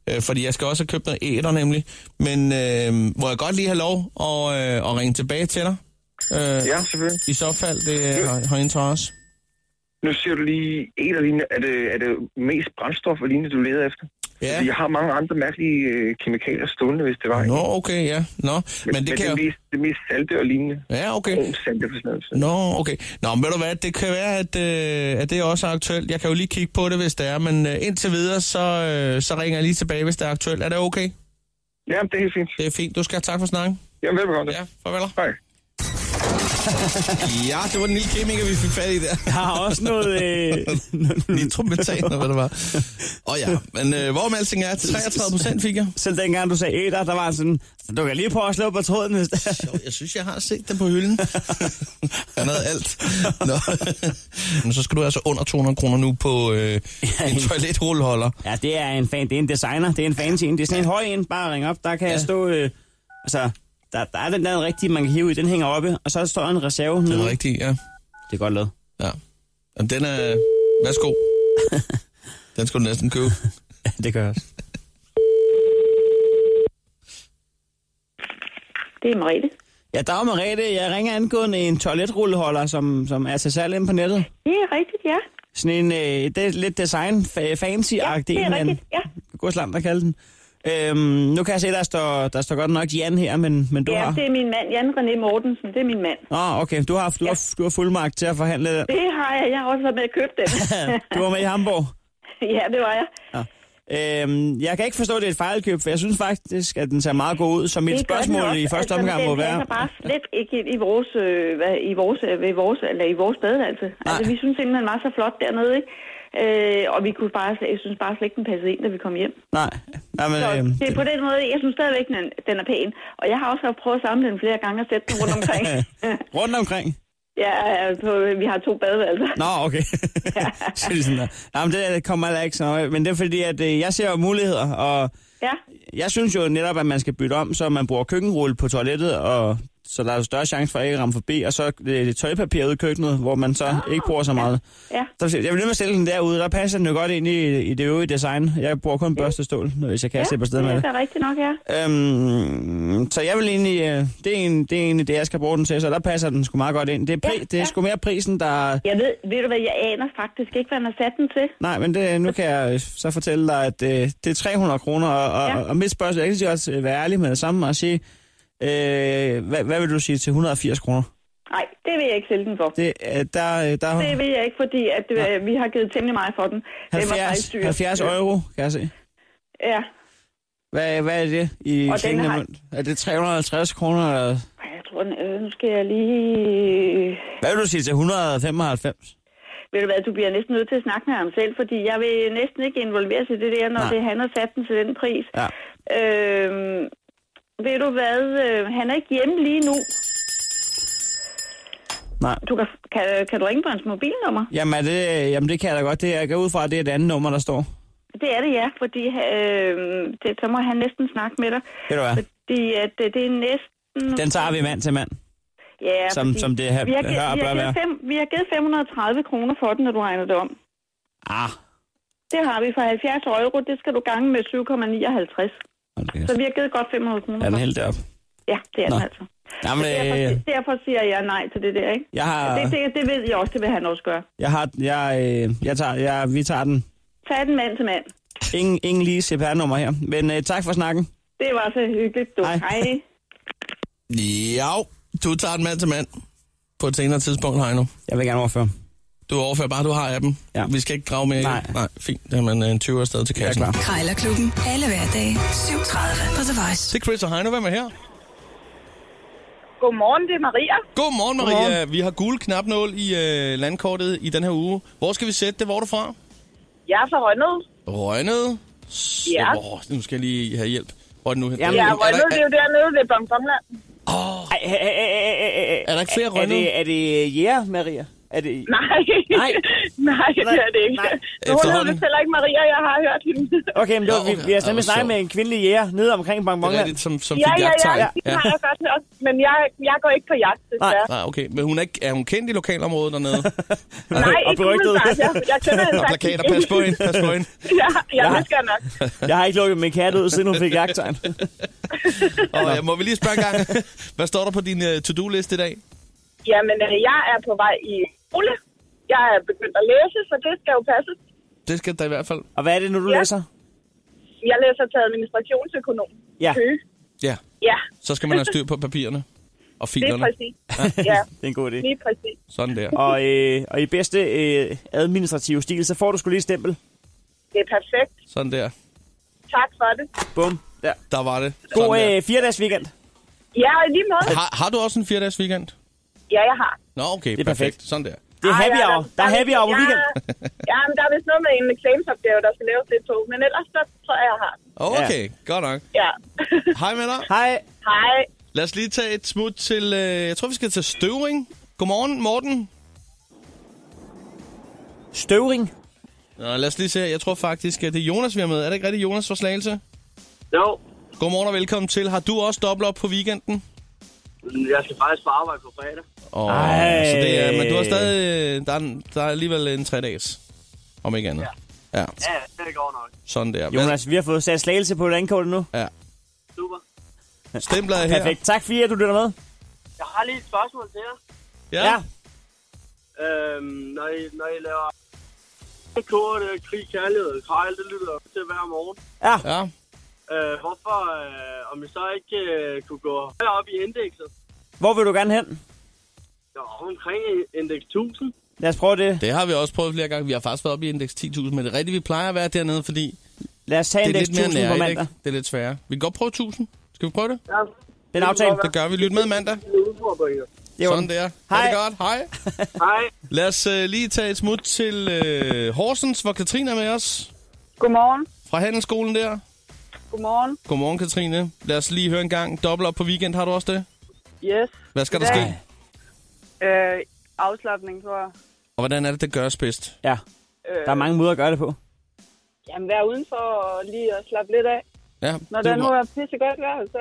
B: øh, fordi jeg skal også have købt noget æder nemlig. Men øh, må jeg godt lige have lov at, øh, at ringe tilbage til dig? Øh,
I: Ja, selvfølgelig.
B: I så fald, det øh, har, har interesse.
I: Nu siger du lige et af dine. Er det, er det mest brændstof og lignende, du leder efter?
B: Ja.
I: Fordi Jeg har mange andre mærkelige øh, kemikalier stående, hvis det var.
B: Nå, okay, ja. Nå, men, men det kan
I: det,
B: jo...
I: mest, det mest salte og lignende.
B: Ja, okay.
I: Brun salte for sådan noget. Så.
B: Nå, okay. Nå, men ved du hvad, det kan være, at, øh, at det også er aktuelt. Jeg kan jo lige kigge på det, hvis det er, men øh, indtil videre, så, øh, så ringer jeg lige tilbage, hvis det er aktuelt. Er det okay?
I: Jamen, det er helt fint.
B: Det er fint. Du skal have tak for snakken.
I: Jamen, velbekomme.
B: Ja, farvel.
I: Hej.
B: Ja, det var den lille kemiker, vi fik fat i der.
C: Jeg har også noget... Øh,
B: Nitrometan, eller hvad det var. Åh oh, ja, men øh, hvor med alting er, 33 procent fik jeg.
C: selv dengang du sagde æder, der var han sådan, så du kan lige prøve at slå på tråden. hvis det er."
B: Jo, jeg synes, jeg har set den på hylden. Han havde alt. Nå. Men så skal du altså under 200 kroner nu på øh, en toiletrulleholder.
C: ja, det er en fan, det er en designer, det er en fancy en, det er sådan en høj en, bare ring op, der kan jeg stå... Øh, altså, der, der er den der rigtige, man kan hive i, den hænger oppe, og så står en reserve
B: Den
C: nede.
B: er rigtig, ja.
C: Det er godt lavet.
B: Ja. Jamen, den er... Værsgo. Den skulle du næsten købe.
C: det gør jeg også.
J: Det er Merete.
C: Ja, dag Merete, jeg ringer angående en toiletrulleholder, som, som er til salg inde på nettet.
J: Det er rigtigt, ja.
C: Sådan en øh, det er lidt design, fa- fancy-agtig.
J: det er
C: en eller anden.
J: rigtigt, ja.
C: God slam, der kalde den. Øhm, nu kan jeg se, der står, der står godt nok Jan her, men, men du
J: ja,
C: har...
J: det er min mand, Jan René Mortensen. Det er min mand.
C: Nå, okay, du har, du, har, du har fuldmagt til at forhandle den.
J: Det har jeg. Jeg har også været med at købe den.
C: Du var med i Hamburg.
J: ja, det var jeg.
C: Ja. Øhm, jeg kan ikke forstå, at det er et fejlkøb, for jeg synes faktisk, at den ser meget god ud. Så mit
J: Det gør den
C: spørgsmål
J: også.
C: i første
J: Altså,
C: omgang
J: den
C: må
J: passer
C: være...
J: bare slet ikke ind i vores, øh, hvad, i vores, øh, ved vores, eller i vores badeværelse. Altså, vi synes simpelthen, den var så flot dernede, ikke? Øh, og vi kunne bare, slet- jeg synes bare slet ikke, den passede ind, da vi kom hjem.
C: Nej, nej men,
J: Så
C: øhm,
J: det er på den måde, jeg synes stadigvæk, den, den er pæn. Og jeg har også prøvet at samle den flere gange og sætte den rundt omkring.
C: rundt omkring.
J: ja, på, vi har to badeværelser.
C: Nå, okay. så er det sådan der. Nej, men det kommer heller ikke så nøje. Men det er fordi, at øh, jeg ser jo muligheder, og
J: Ja,
C: jeg synes jo netop, at man skal bytte om, så man bruger køkkenrulle på toilettet, og så der er jo større chance for at ikke ramme forbi, og så øh, tøjpapir ude i køkkenet, hvor man så ikke bruger så meget.
J: Ah, ja.
C: Så Jeg vil nemlig stille den derude, der passer den jo godt ind i, i det øvrige design. Jeg bruger kun børstestål, hvis jeg kan ja, slippe afsted med
J: ja,
C: det.
J: det er rigtigt nok, ja.
C: Øhm, så jeg vil egentlig, øh, det, er en, det er egentlig det, jeg skal bruge den til, så der passer den sgu meget godt ind. Det er, pri- ja,
J: Ja,
C: det er
J: ja.
C: sgu mere prisen, der...
J: Jeg ved, ved du hvad, jeg aner faktisk ikke, hvad han har sat den til.
C: Nej, men det, nu kan jeg øh, så fortælle dig, at øh, det er 300 kroner, og, ja.
J: Ja.
C: og, og mit spørgsmål, jeg kan lige også øh, være ærlig med det samme og sige, øh, hvad, hvad vil du sige til 180 kroner?
J: Nej, det vil jeg ikke sælge den for. Det,
C: Det, øh, der, øh, der
J: det vil jeg ikke, fordi at, øh, vi har givet temmelig meget for den. Den var faktisk
C: 70,
J: dyr.
C: 70 euro, kan jeg se.
J: Ja,
C: Hvad, hvad er det i
J: Og den
C: klingende
J: har-
C: mønt? Er det 350 kroner? Eller?
J: Ej, jeg tror, den, øh, nu skal jeg lige...
C: Hvad vil du sige til 195?
J: Ved du hvad, du bliver næsten nødt til at snakke med ham selv, fordi jeg vil næsten ikke involveres i det der, når
C: Nej.
J: Nej. det er han har sat den til den pris.
C: Ja.
J: Øhm, ved du hvad, øh, han er ikke hjemme lige nu.
C: Nej.
J: Du kan, kan, kan du ringe på hans mobilnummer?
C: Jamen, er det, øh, jamen det kan jeg da godt. Det, jeg går ud fra, at det er et andet nummer, der står.
J: Det er det, ja, fordi øh, det, så må han næsten snakke med dig.
C: Ved du hvad?
J: Fordi at øh, det, det er næsten...
C: Den tager vi mand til mand.
J: ja,
C: som-
J: fordi
C: som det her-
J: vi har, givet-
C: her
J: vi,
C: bør
J: har givet
C: være.
J: fem, vi har givet 530 kroner for den, når du regner det om.
C: Ah,
J: Det har vi for 70 euro. Det skal du gange med 7,59.
C: hold da kæft.
J: Så vi har givet godt 500 kroner.
C: er den
J: for
C: helt deroppe.
J: Ja, det er
C: Nå.
J: den altså.
C: Jamen,
J: Så derfor,
C: øh,
J: derfor siger jeg nej til det der, ikke?
C: jeg
J: Ja. Det,
C: har...
J: det, det ved jeg også, det vil han også gøre.
C: Jeg har... Jeg, øh, jeg tager, jeg, vi tager den.
J: Tag den mand til mand.
C: Ingen, ingen lige CPR-nummer her. Men øh, tak for snakken.
J: Det var så hyggeligt, du.
C: Hej.
J: Hej.
B: Ja, du tager den mand til mand på et senere tidspunkt, Heino.
C: Jeg vil gerne overføre.
B: Du overfører bare, du har appen. Ja. Vi skal ikke grave mere. Nej. Nej, fint. Det er man øh, en 20 år stadig til kassen. Ja,
A: Krejlerklubben. Alle hverdage 7.30 på The Voice.
B: Det er Chris og Heino. Hvem er her?
K: Godmorgen, det er Maria.
B: Godmorgen, Maria. Godmorgen. Vi har gule knapnål i øh, landkortet i den her uge. Hvor skal vi sætte det? Hvor er du fra?
K: Jeg er fra Rønnede.
B: Rønnede. S-
K: Ja.
B: Åh, nu skal jeg lige have hjælp. Hvor er det nu?
K: Jamen, ja, Rønnede, det er jo dernede ved Bonfomland.
C: Er
B: der ikke flere
C: Er
B: Rønnede?
C: det, er det yeah, Maria? Er det...
K: Nej. Nej. Nej, det er det ikke. Nej. Men hun hedder
C: Efterhånden.
K: vist heller ikke Maria, jeg har hørt hende.
C: Okay, men det var, vi, vi har
B: Ej, hvor
C: nemlig snakket
B: sjovt.
C: med en kvindelig jæger nede omkring Bangmonland.
B: Det er rigtigt, som- som
K: ja,
B: fik
K: ja, ja,
B: jagttegn.
K: ja, det har jeg godt hørt, men jeg, jeg går ikke på jagt, desværre.
B: Nej, okay. Men hun er, ikke, er hun kendt i lokalområdet dernede?
K: Nej, ikke umiddelbart. Jeg, jeg kender hende
B: Og
K: faktisk
B: plakater.
K: ikke.
B: Pas på hende. Pas på hende.
K: ja, ja,
C: Ja.
K: det skal jeg nok.
C: Jeg har ikke lukket min kat ud, siden hun fik jagttegn.
B: Og jeg må vi lige spørge en gang. Hvad står der på din uh, to-do-liste i dag?
K: Jamen, øh, jeg er på vej i skole. Jeg er begyndt at læse, så det skal jo passe.
B: Det skal der i hvert fald.
C: Og hvad er det nu, du
K: Ja.
C: læser?
K: Jeg læser til administrationsøkonom.
C: Ja.
K: Køge.
B: Ja,
K: Ja.
B: så skal man have styr på papirerne og
K: Lige
B: filerne.
K: præcis. Ja,
C: Det er en god idé.
K: lige præcis.
B: Sådan der.
C: Og, øh, og i bedste øh, administrative stil, så får du sgu lige et stempel.
K: Det er perfekt.
B: Sådan der.
K: Tak for det.
C: Bum. Der.
B: Der var det.
C: God
B: Sådan der.
C: øh, fire-dages weekend.
K: Ja, og i lige måde.
B: Har, har du også en 4-dages weekend?
K: Ja, jeg har.
B: Nå, okay.
C: Det er perfekt.
B: Sådan der.
C: Det er
K: Ej,
C: happy hour. Der er happy hour på
K: ja,
C: weekend.
K: Ja, men der er vist noget med en eksamensopgave, der skal laves lidt på. Men ellers så tror jeg, jeg har. den.
B: Okay, ja. godt nok.
K: Ja.
B: Hej med dig.
C: Hej.
K: Hej.
B: Lad os lige tage et smut til... Øh, jeg tror, vi skal til Støvring. Godmorgen, Morten.
C: Støvring.
B: Nå, lad os lige se. her. Jeg tror faktisk, at det er Jonas, vi har med. Er det ikke rigtigt Jonas fra Slagelse?
F: Jo,
B: Godmorgen og velkommen til. Har du også dobbelt op på weekenden?
F: jeg skal faktisk på arbejde på fredag.
B: Og,
C: Ej.
B: Så det er, men du har stadig... øh, Der er, en- der er alligevel en tre-dages, om ikke andet. Ja. ja.
F: Ja, det går nok.
B: Sådan der. Hvad-
C: Jonas, vi har fået sat slagelse på et landkort nu.
B: Ja.
F: Super.
B: Stempler er her.
C: Perfekt. Tak fordi at du lytter med.
F: Jeg har lige et spørgsmål til jer.
B: Ja.
C: Ja.
B: ja.
F: Øhm, når, I, når I laver kort, krig, kærlighed, krejl, det lytter jeg til hver morgen.
C: Ja.
B: ja.
F: Øh, hvorfor, øh, om I så ikke øh, kunne gå højere op i indekset?
C: Hvor vil du gerne hen?
F: Jeg var omkring indeks 1000.
C: Lad os prøve det.
B: Det har vi også prøvet flere gange. Vi har faktisk været oppe i indeks 10.000, men det er rigtigt, vi plejer at være dernede, fordi
C: Lad os tage
B: det er
C: indeks
B: lidt mere
C: 1000 på
B: nærigt,
C: mandag.
B: ikke? Det er lidt sværere. Vi kan godt prøve 1.000. Skal vi prøve det?
F: Ja,
C: Det er en aftale.
B: Det gør vi. Lyt med mandag.
F: det er udfordringer.
C: Det var
B: Sådan der.
C: Hej.
B: Er det godt? Hej.
F: Hej.
B: Lad os øh, lige tage et smut til øh, Horsens, hvor Katrine er med os.
G: Godmorgen.
B: Fra handelsskolen der.
G: Godmorgen.
B: Godmorgen, Katrine. Lad os lige høre en gang. Dobbelt op på weekend. Har du også det?
G: Yes.
B: Hvad skal der
G: Ja.
B: ske?
G: Øh, afslappning, tror jeg.
B: Og hvordan er det, det gøres bedst?
C: Ja,
G: Øh,
C: der er mange måder at gøre det på.
G: Jamen, vær udenfor og lige at slappe lidt af.
B: Ja,
G: Når
B: det
G: der
B: er
G: nu
B: jo-
G: er pisse godt vejr, så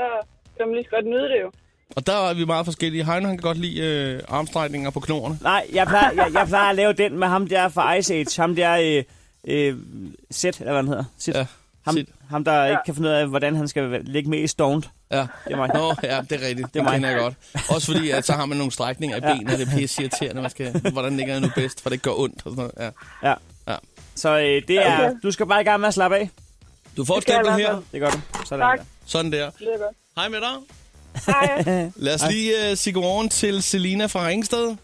G: kan man lige så godt nyde det jo.
B: Og der er vi meget forskellige. Heino, han kan godt lide øh, armstrækninger på knoerne.
C: Nej, jeg plejer, jeg, jeg plejer at lave den med ham der fra Ice Age. Ham der, øh, øh, Zed, eller hvad han hedder. Zed.
B: Ja,
C: ham,
B: Zed.
C: ham, der ikke kan finde ud af, hvordan han skal ligge med i Stoned.
B: Ja.
C: Det er mig.
B: Nå, ja, det er rigtigt. Det,
C: mig.
B: det kender jeg godt. Også fordi, at så har man nogle strækninger i benene, og det er pisse irriterende, man skal, hvordan ligger jeg nu bedst, for det gør ondt og sådan noget. Ja.
C: Ja.
B: Ja.
C: Så øh, det er, du skal bare i gang med at slappe af.
B: Du får et
G: skal jeg
B: stempel
G: i hvert
B: her.
C: Det gør du. Sådan
G: Tak.
C: der.
B: Sådan der.
G: Det er godt.
B: Hej med dig.
G: Hej.
B: Lad os lige uh, sige godmorgen til Selina fra Ringsted.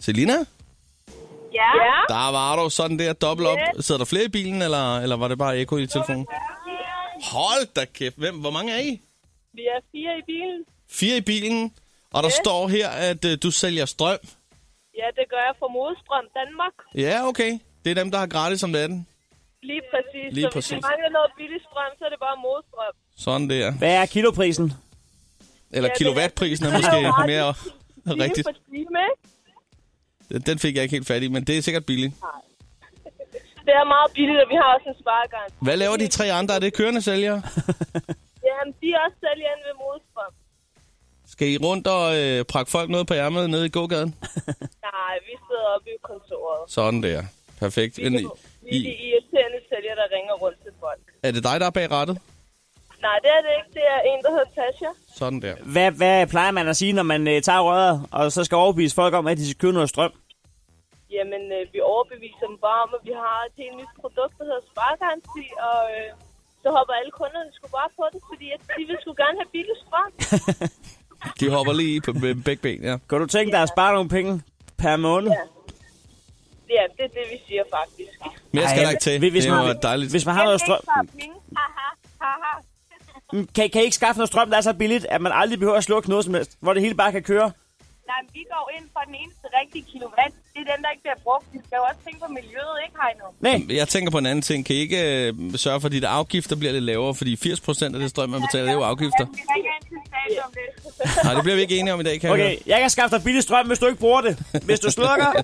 B: Selina,
K: Ja. ja.
B: der var du sådan der dobbelt op. Sidder der flere i bilen, eller, eller var det bare ekko i telefonen? Hold da kæft. Hvem, hvor mange er I?
G: Vi er fire i bilen.
B: Fire i bilen, og der står her, at uh, du sælger strøm.
G: Ja, det gør jeg fra Modstrøm Danmark.
B: Ja, okay. Det er dem, der har gratis om natten.
G: Lige
K: Mm.
G: præcis.
B: Lige
G: så
B: præcis.
G: hvis vi mangler noget billig strøm, så er det bare Modstrøm.
B: Sådan der.
C: Hvad er kiloprisen?
B: Eller
G: Ja, det-
B: kilowattprisen er
G: det er jo
B: måske
G: ret-
B: mere
G: Time
B: rigtigt.
G: for time, ikke?
B: Den fik jeg ikke helt fat i, men det er sikkert billigt.
G: Det er meget billigt, og vi har også en sparegang.
B: Hvad laver de tre andre? Er det kørende sælgere?
G: Jamen, de er også sælger inde ved Modstrøm.
B: Skal I rundt og øh, prakke folk noget på ærmet nede i gågaden?
G: Nej, vi sidder oppe i kontoret.
B: Sådan der. Perfekt.
G: Vi,
B: Men,
G: kan- vi
B: I,
G: er de
B: I,
G: irriterende sælgere, der ringer rundt til folk.
B: er det dig, der er bag rattet?
G: Nej, det er det ikke. Det er en, der hedder Tasha.
B: Sådan der.
C: Hvad, hvad plejer man at sige, når man øh, tager røret, og så skal overbevise folk om, at de skal købe noget strøm?
G: Jamen, øh, vi overbeviser dem bare om, at vi har et helt nyt produkt, der hedder sparegaranti, og øh, så hopper alle kunderne sgu bare på den, fordi at de vil sgu gerne have billig strøm.
B: De hopper lige i på med begge ben, ja.
C: Kan du tænke dig at spare nogle penge per måned?
G: det er det, vi siger faktisk.
B: Mere skal der ikke til.
C: hvis- hvis
B: det
C: man-
B: var dejligt.
C: hvis man har noget strøm-
G: Haha, haha.
C: Mm, Kan, kan I ikke skaffe noget strøm, der er så billigt, at man aldrig behøver at slukke noget som helst? Hvor det hele bare kan køre?
G: Nej, men vi går ind for den eneste rigtige kilowatt. Det er den, der ikke bliver brugt. Vi skal jo også tænke på miljøet, ikke Heino?
B: Nej. Jeg tænker på en anden ting. Kan I ikke øh, sørge for, at dit afgifter bliver lidt lavere? Fordi 80% af det strøm, man betaler, det er jo afgifter.
G: Vi ringer ind til staten om det.
B: Nej, det bliver vi ikke enige om i dag, kan jeg
C: Okay, jeg kan skaffe dig billig strøm, hvis du ikke bruger det. Hvis du slukker...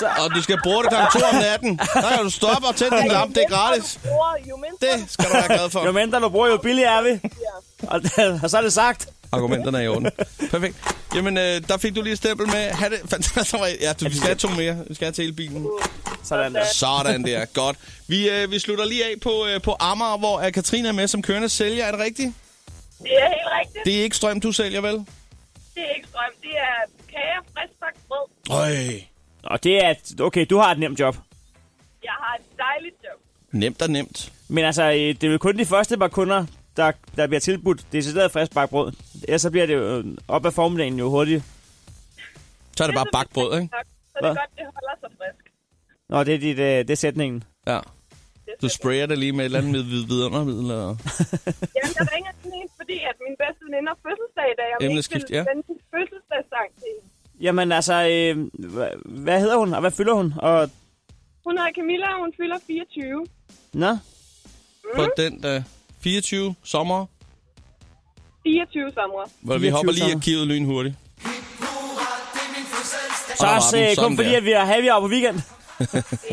C: Så...
B: Og du skal bruge det kl. 2 om natten. Der kan du stoppe og tænde din lampe. Det er gratis.
G: Bror, jo mindre
B: Det skal du være glad for.
C: Jo mindre du bruger, jo billigere er vi. Og, og så er det sagt.
B: Argumenterne er i orden. Perfekt. Jamen, øh, der fik du lige et stempel med. Ha' det fantastisk. Ja, du, vi skal have to mere. Vi skal have til hele bilen.
C: Sådan der.
B: Sådan der. Godt. Vi, øh, vi slutter lige af på, øh, på Amager, hvor er Katrine er med som kørende sælger. Er det rigtigt?
G: Det er helt rigtigt.
B: Det er ikke strøm, du sælger, vel?
G: Det er ikke strøm. Det er kage og friskbagt brød.
B: Øj.
C: Og det er... Okay, du har et nemt job.
G: Jeg har et dejligt job.
B: Nemt og nemt.
C: Men altså, øh, det er jo kun de første par kunder, der, der bliver tilbudt decideret frisk bakbrød. Ellers så bliver det jo øh, op ad formiddagen jo hurtigt.
B: Så er det bare bakbrød, ikke?
G: Tak. Så det
C: Hvad?
G: er godt, det holder sig frisk.
C: Nå, det er, dit, øh, det er sætningen.
B: Ja. Du sprayer det lige med et eller andet vid- vidundermiddel. Og...
G: Jamen, jeg ringer til hende, fordi at min bedste veninde har fødselsdag i dag. Om jeg
B: Emneskift,
G: ikke vil
B: ja.
G: sende en fødselsdagssang til hende.
C: Jamen altså, øh, hva- hvad hedder hun, og hvad fylder hun? Og,
G: Hun hedder Camilla, og hun fylder Mm. 24.
C: nå,
B: På den øh, 24 sommer,
G: 24 sommer.
B: hvor vi
C: 24
B: hopper lige i
C: sommer.
B: arkivet lynhurtigt.
C: så
B: var
C: også
B: den.
C: øh, kun
B: Sådan
C: fordi,
B: der.
C: at vi er heavy over på weekend.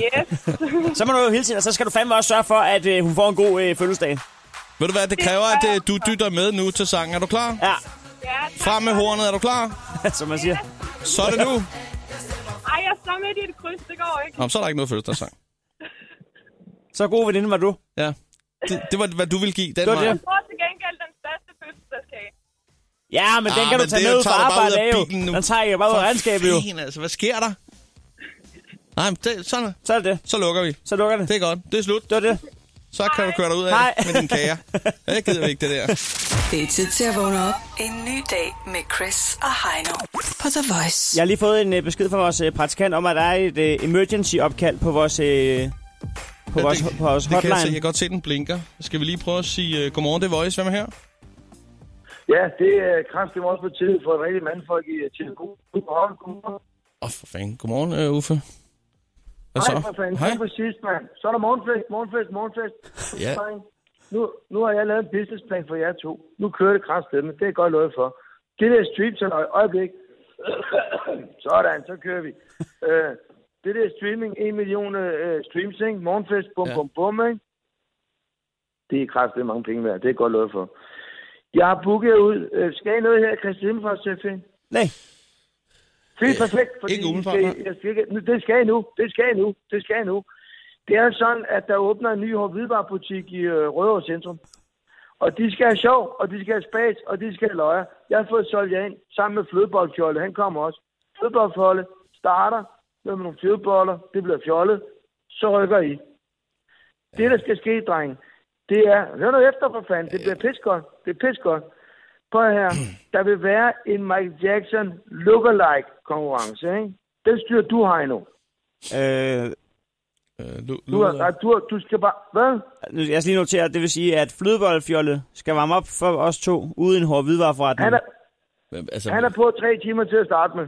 G: Yes.
C: Så må du jo hele tiden, og så skal du fandme også sørge for, at øh, hun får en god øh, fødselsdag.
B: Ved du hvad, det kræver, at øh, du dytter med nu til sangen. Er du klar?
C: Ja,
G: Ja, tak.
B: Frem med hornet, er du klar?
C: som man siger.
B: Så er det nu.
G: Ej, jeg er så midt i et kryds. Det går ikke.
B: Nå, men så er der ikke noget fødselsdagssang.
C: Så god veninde var du.
B: Ja. Det, det var, hvad du ville give. Den
C: var
B: var
C: det.
G: Jeg får til gengæld den største fødselsdagskage.
C: Ja, men den
B: Ah,
C: kan
B: men
C: du tage
B: det
C: med ud
B: tager
C: fra
B: du bare ud
C: arbejde
B: af
C: af,
B: bilen nu.
C: jo. Den tager jeg bare ud af regnskabet, jo.
B: Fint, altså. Hvad sker der? Nej, men det, sådan.
C: Så er det det.
B: Så lukker vi.
C: Så lukker det.
B: Det er godt. Det er slut.
C: Det var det.
B: Så kan du køre dig ud af
C: Hej.
B: med din kager. Jeg gider ikke det der.
A: Det er tid til at vågne op. En ny dag med Chris og Heino på The Voice.
C: Jeg har lige fået en øh, besked fra vores øh, praktikant om, at der er et øh, emergency-opkald på vores, øh, på
B: Ja,
C: vores,
B: det,
C: på vores
B: det kan jeg se. Jeg
C: hotline.
B: kan godt se, den blinker. Skal vi lige prøve at sige uh, godmorgen, det er Voice. Hvem er her?
L: Ja, det er kraftigt også på tide for en rigtig mandfolk i Telekom. Godmorgen, godmorgen.
B: Åh, oh, for fanden. Godmorgen, uh, Uffe. Hvad så?
L: Hej, for fanden.
B: Hej.
L: Tak for sidst, mand. Så er der morgenfest, morgenfest, morgenfest.
B: Ja.
L: Nu, nu har jeg lavet en businessplan for jer to. Nu kører det kraftedeme. Det er jeg godt lovet for. Det der stream til øjeblik. Sådan, så kører vi. øh, det der streaming, en million øh, streams, ikke? Morgenfest, bum,
B: Ja.
L: ja. bum, bum, ikke? Det er kraftigt mange penge værd. Det er jeg godt lovet for. Jeg har booket jer ud. Øh, skal I noget her, Christine, for at sætte fint?
C: Nej,
L: Det er perfekt, fordi
B: Øh, ikke
L: I
B: umiddelbart,
L: skal,
B: nej.
L: jeg skal ikke, nu, det skal jeg nu, det skal jeg nu, det skal jeg nu. Det er sådan, at der åbner en ny hvidvarerbutik i øh, Rødovre Centrum. Og de skal have sjov, og de skal have spas, og de skal have løjer. Jeg har fået solgt jer ind sammen med flødeboldfjolle. Han kommer også. Flødeboldfjolle starter med nogle flødeboller. Det bliver fjollet. Så rykker I. Det, der skal ske, drenge, det er... Hør nu efter, for fanden. Det bliver pissegodt. Det er pissegodt. Prøv at høre her. Der vil være en Michael Jackson lookalike konkurrence, ikke? Den styrer du, Heino.
C: øh,
B: Uh, du,
L: Du, er, nej, du, er- du skal bare... Hvad?
C: nu skal jeg skal lige notere, at det vil sige, at flødebollefjolle skal varme op for os to, uden hård hvidvareforretning.
L: Han er,
B: altså,
L: han er på tre timer til at starte med.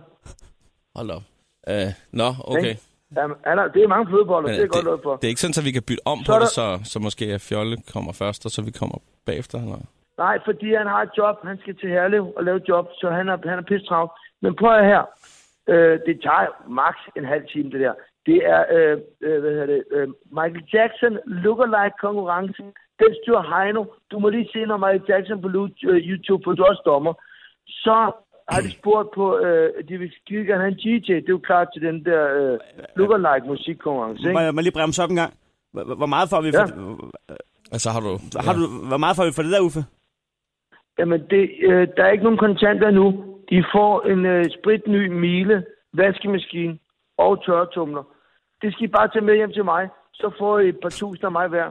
B: Hold op. Uh, nå, okay.
L: Jamen, han er, det er mange flødeboller,
B: Men,
L: det er
B: øh,
L: godt noget for.
B: Det er ikke sådan, at vi kan bytte om
L: Så
B: på
L: er
B: det, så, så måske at Fjolle kommer først, og så vi kommer bagefter. Eller?
L: Nej, fordi han har et job. Han skal til Herlev og lave et job, så han er, han er pisse travlt. Men prøv at høre her. Øh, det tager max en halv time, det der. Det er, øh, øh, hvad hedder det, øh, Michael Jackson lookalike konkurrencen. Den styrer Heino. Du må lige se, når Michael Jackson på lu- øh, YouTube, for du er også dommer. Så har de spurgt på, øh, de vil skide gerne have en DJ. Det er jo klart til den der øh, lookalike musikkonkurrence,
C: Må
L: ikke?
C: jeg må jeg lige bremse op en gang? Hvor- hvor- Hvor meget får vi for,
L: Ja.
B: Altså har du...
C: har du, hvor meget får vi for det der, Uffe?
L: Jamen, det, øh, der er ikke nogen kontanter nu. De får en øh, spritny mile, vaskemaskine og tørretumler. Det skal I bare tage med hjem til mig. Så får I et par tusind af mig hver.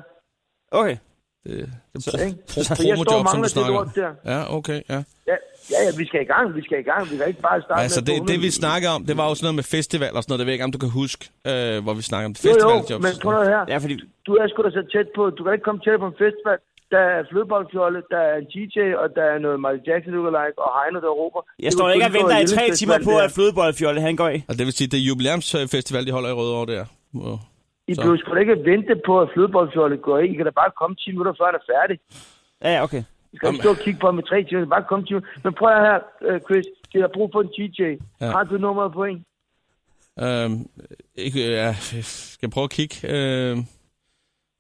C: Okay.
B: Det, det
L: Så-
B: pro,
L: ikke?
B: pro,
L: Så-
B: pro,
L: så jeg står og
B: promojob, som du
L: mangler det
B: snakker om.
L: ord der.
B: Ja, okay, ja.
L: Ja, ja, ja, vi skal i gang, vi skal i gang. Vi kan ikke bare starte
B: Altså,
L: med at
B: det,
L: få
B: det vi
L: nogle-
B: snakkede om, det var jo sådan noget med festival og sådan noget. Det ved jeg ikke, om du kan huske, øh, hvor vi snakkede om
L: Jo, jo,
B: festivaljobs.
L: men prøv noget her.
C: Ja, fordi...
L: Du er sgu da så tæt på. Du kan ikke komme tæt på en festival. Der er flødeboldkjolle, der er en DJ, og der er noget Michael Jackson lookalike, og Heino, der råber.
C: Jeg står ikke og venter i tre timer på, at flødeboldfjolle han går i.
B: Og Altså, det vil sige, det er jubilæumsfestival, de holder i Rødovre der. Wow.
L: I
B: Så.
L: behøver sgu da ikke vente på, at flødeboldkjolle går i. I kan da bare komme 10 minutter, før han er færdig.
C: Ja, ja, okay.
L: I skal ikke stå og kigge på ham i tre timer. Bare komme 10 minutter. Men prøv at høre her, øh, Chris. De har brug for en DJ.
B: Ja.
L: Har du nummeret på en?
B: Øhm, ikke, øh, ja, skal jeg prøve at kigge, øh,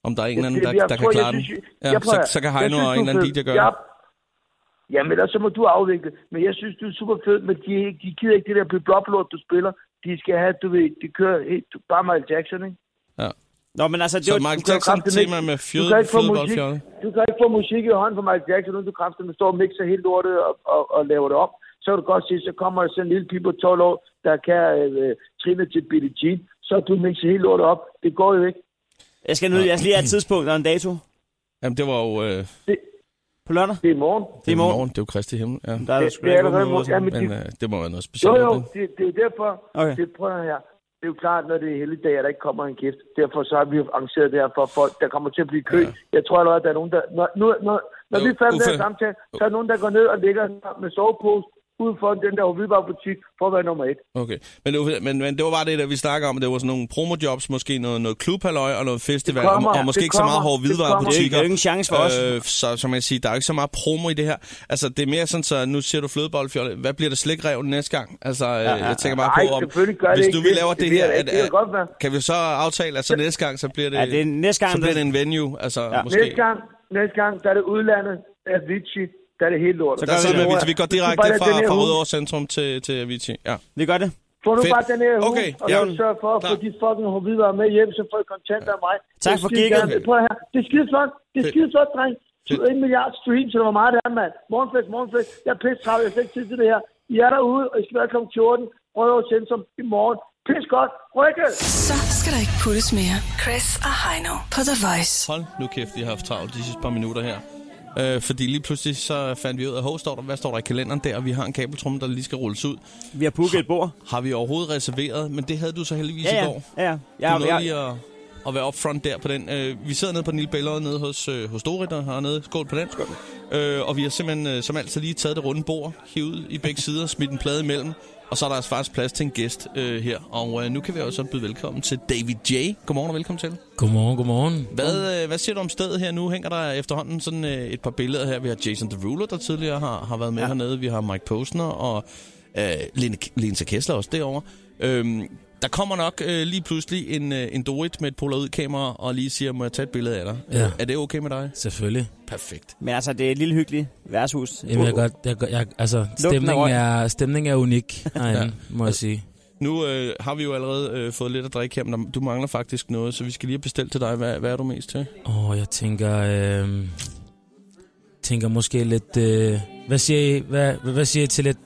B: om der er en eller anden,
L: Det-
B: der,
L: det- jeg
B: der kan
L: tror, jeg
B: klare den.
L: synes-
B: Ja,
L: jeg prøver-
B: så, så kan
L: jeg
B: Heino
L: synes,
B: og
L: du
B: en eller anden DJ
L: fed.
B: gøre det.
L: Ja. Jamen, ellers så må du afvikle. Men jeg synes, du er super fed, men de, de gider ikke det der blop-lort, du spiller. De skal have, du ved, de kører helt, du, bare Michael Jackson, ikke?
B: Ja.
C: Nå, men altså, det
B: så
C: var-
B: Michael
L: Du kan
B: Jackson
L: kraftedeme
B: tema
L: ikke-
B: med
L: du kan
B: fjød,
L: ikke få musik,
B: flødeboldfjolle.
L: du kan ikke få musik i hånden fra Michael Jackson, uden du kræfter, man står og mixer helt lortet og, og, og laver det om. Så kan du godt se, så kommer der sådan en lille pige på 12 år, der kan øh, trille til Billie Jean. Så har du mixer helt lortet op. Det går jo ikke.
C: Jeg skal nu jeg skal lige have et tidspunkt og en dato.
B: Jamen, det var jo... Øh,
C: På lørdag?
L: Det er i morgen.
C: Det er i morgen.
B: Det er jo Kristi Himmel. Ja.
C: Der er det sgu da ikke noget
L: allerede i morgen.
C: mod-
L: Ja,
B: Men øh, det må være noget
L: Jo,
B: specielt.
L: jo,
B: ikke?
L: det, det er jo derfor,
B: Okay.
L: okay. det prøver jeg her. Det er jo klart, når det er helligdag, at der ikke kommer en gift. Derfor så har vi jo arrangeret det her for folk, der kommer til at blive kø. Ja. Jeg tror allerede, at der er nogen, der... Når, nu, når, når
B: Jo,
L: vi er færdige med
B: Uffe.
L: den her samtale, så er der nogen, der går ned og ligger med sovepose ude for den der hvidvarbutik for at være nummer et.
B: Okay. Men, det var- men, men det var bare det, der vi snakker om. Det var sådan nogle promojobs, måske noget, noget klubhalløj og noget festival,
C: Det kommer,
B: og, og måske
C: det
B: ikke så meget
C: kommer,
B: hårde
C: det kommer. Det
B: hvidevarebutikker.
C: er jo ikke en chance for os.
B: Øh, så som jeg siger, der er jo ikke så meget promo i det her. Altså, det er mere sådan, så nu siger du flødeboldfjolle. Hvad bliver det slikrev næste gang? Altså, ja, ja,
L: ja,
B: jeg tænker
L: ja.
B: bare
L: Nej,
B: på, om,
L: selvfølgelig gør det
B: hvis
L: ikke
B: nu vi
L: det.
B: laver
L: Det
B: det,
L: vil
B: her,
L: jeg da ikke.
B: at,
L: Det vil
B: at,
L: godt være.
B: kan vi så aftale, at så næste gang, så bliver det,
C: Ja, det er næste gang,
B: så bliver
C: der-
B: det en venue, altså ja. måske.
L: Næste gang, næste gang, der er det udlandet, der er Vichy, der er det helt lort.
B: Så, der, så,
L: vi
B: vi, vi går direkte
L: Bare lad den
B: fra,
L: her
B: fra
L: uge-
B: Rødovre Centrum til, til Avicii. Ja.
C: Vi gør det.
L: Få nu
B: Fedt.
L: bare den her hue,
B: Okay,
L: og
B: jamen,
L: så sørg for at få de fucking hvidvarer med hjem, så får I kontanter af mig.
C: Tak
L: Det er
C: for
L: skide
C: gigget.
L: gerne. Prøv at høre, det er skide flot. Det er
B: Fedt.
L: skide flot, dreng. Du er en milliard streams, eller hvor meget det er, mand. Morgenfest, morgenfest. Jeg er pisse travlt, jeg har slet ikke tid til det her. I er derude, og I skal være kl. 14. Rødovre Centrum i morgen. Pis godt. Rykke!
A: Så skal der ikke puttes mere. Chris og Heino på The Voice.
B: Hold nu kæft, vi har haft travlt de sidste par minutter her. Øh, fordi lige pludselig så fandt vi ud af, hov, står der, hvad står der i kalenderen der? Vi har en kabeltrumme, der lige skal rulles ud.
C: Vi har booket et bord.
B: Har vi overhovedet reserveret? Men det havde du så heldigvis
C: Ja,
B: i
C: ja.
B: går.
C: Ja, ja.
B: Ja,
C: Ja,
B: du nåede
C: ja.
B: lige at, at være upfront der på den. Øh, vi sidder nede på den lille billede nede hos, øh, hos Dorit, der hernede. Skål på den. Øh, og vi har simpelthen, øh, som altid, lige taget det runde bord, hivet i begge sider, smidt en plade imellem. Og så er der altså faktisk plads til en gæst øh, her. Og øh, nu kan vi også byde velkommen til David J. Godmorgen og velkommen til.
M: Godmorgen, godmorgen.
B: Hvad, øh, hvad siger du om stedet her nu? Hænger der efterhånden sådan øh, et par billeder her? Vi har Jason Derulo, der tidligere har, har været med ja. hernede. Vi har Mike Posner og øh, Lene, Lene Kessler også derovre. Øhm, der kommer nok øh, lige pludselig en, øh, en Dorit med et polaroid-kamera og lige siger, må jeg tage et billede af dig?
M: Ja.
B: Øh, Er det okay med dig?
M: Selvfølgelig.
B: Perfekt.
C: Men altså, det er et lille hyggeligt værtshus.
M: Jamen, jeg godt, jeg, jeg, altså,
C: af
M: stemningen
C: røg.
M: er, stemningen er unik herinde, ja. må jeg sige.
B: Nu øh, har vi jo allerede øh, fået lidt at drikke her, men der- du mangler faktisk noget, så vi skal lige have bestilt til dig. Hvad, hvad er du mest til?
M: Åh, oh, jeg tænker, øh, tænker måske lidt, øh, hvad, siger I, hvad, hvad, hvad siger I til lidt,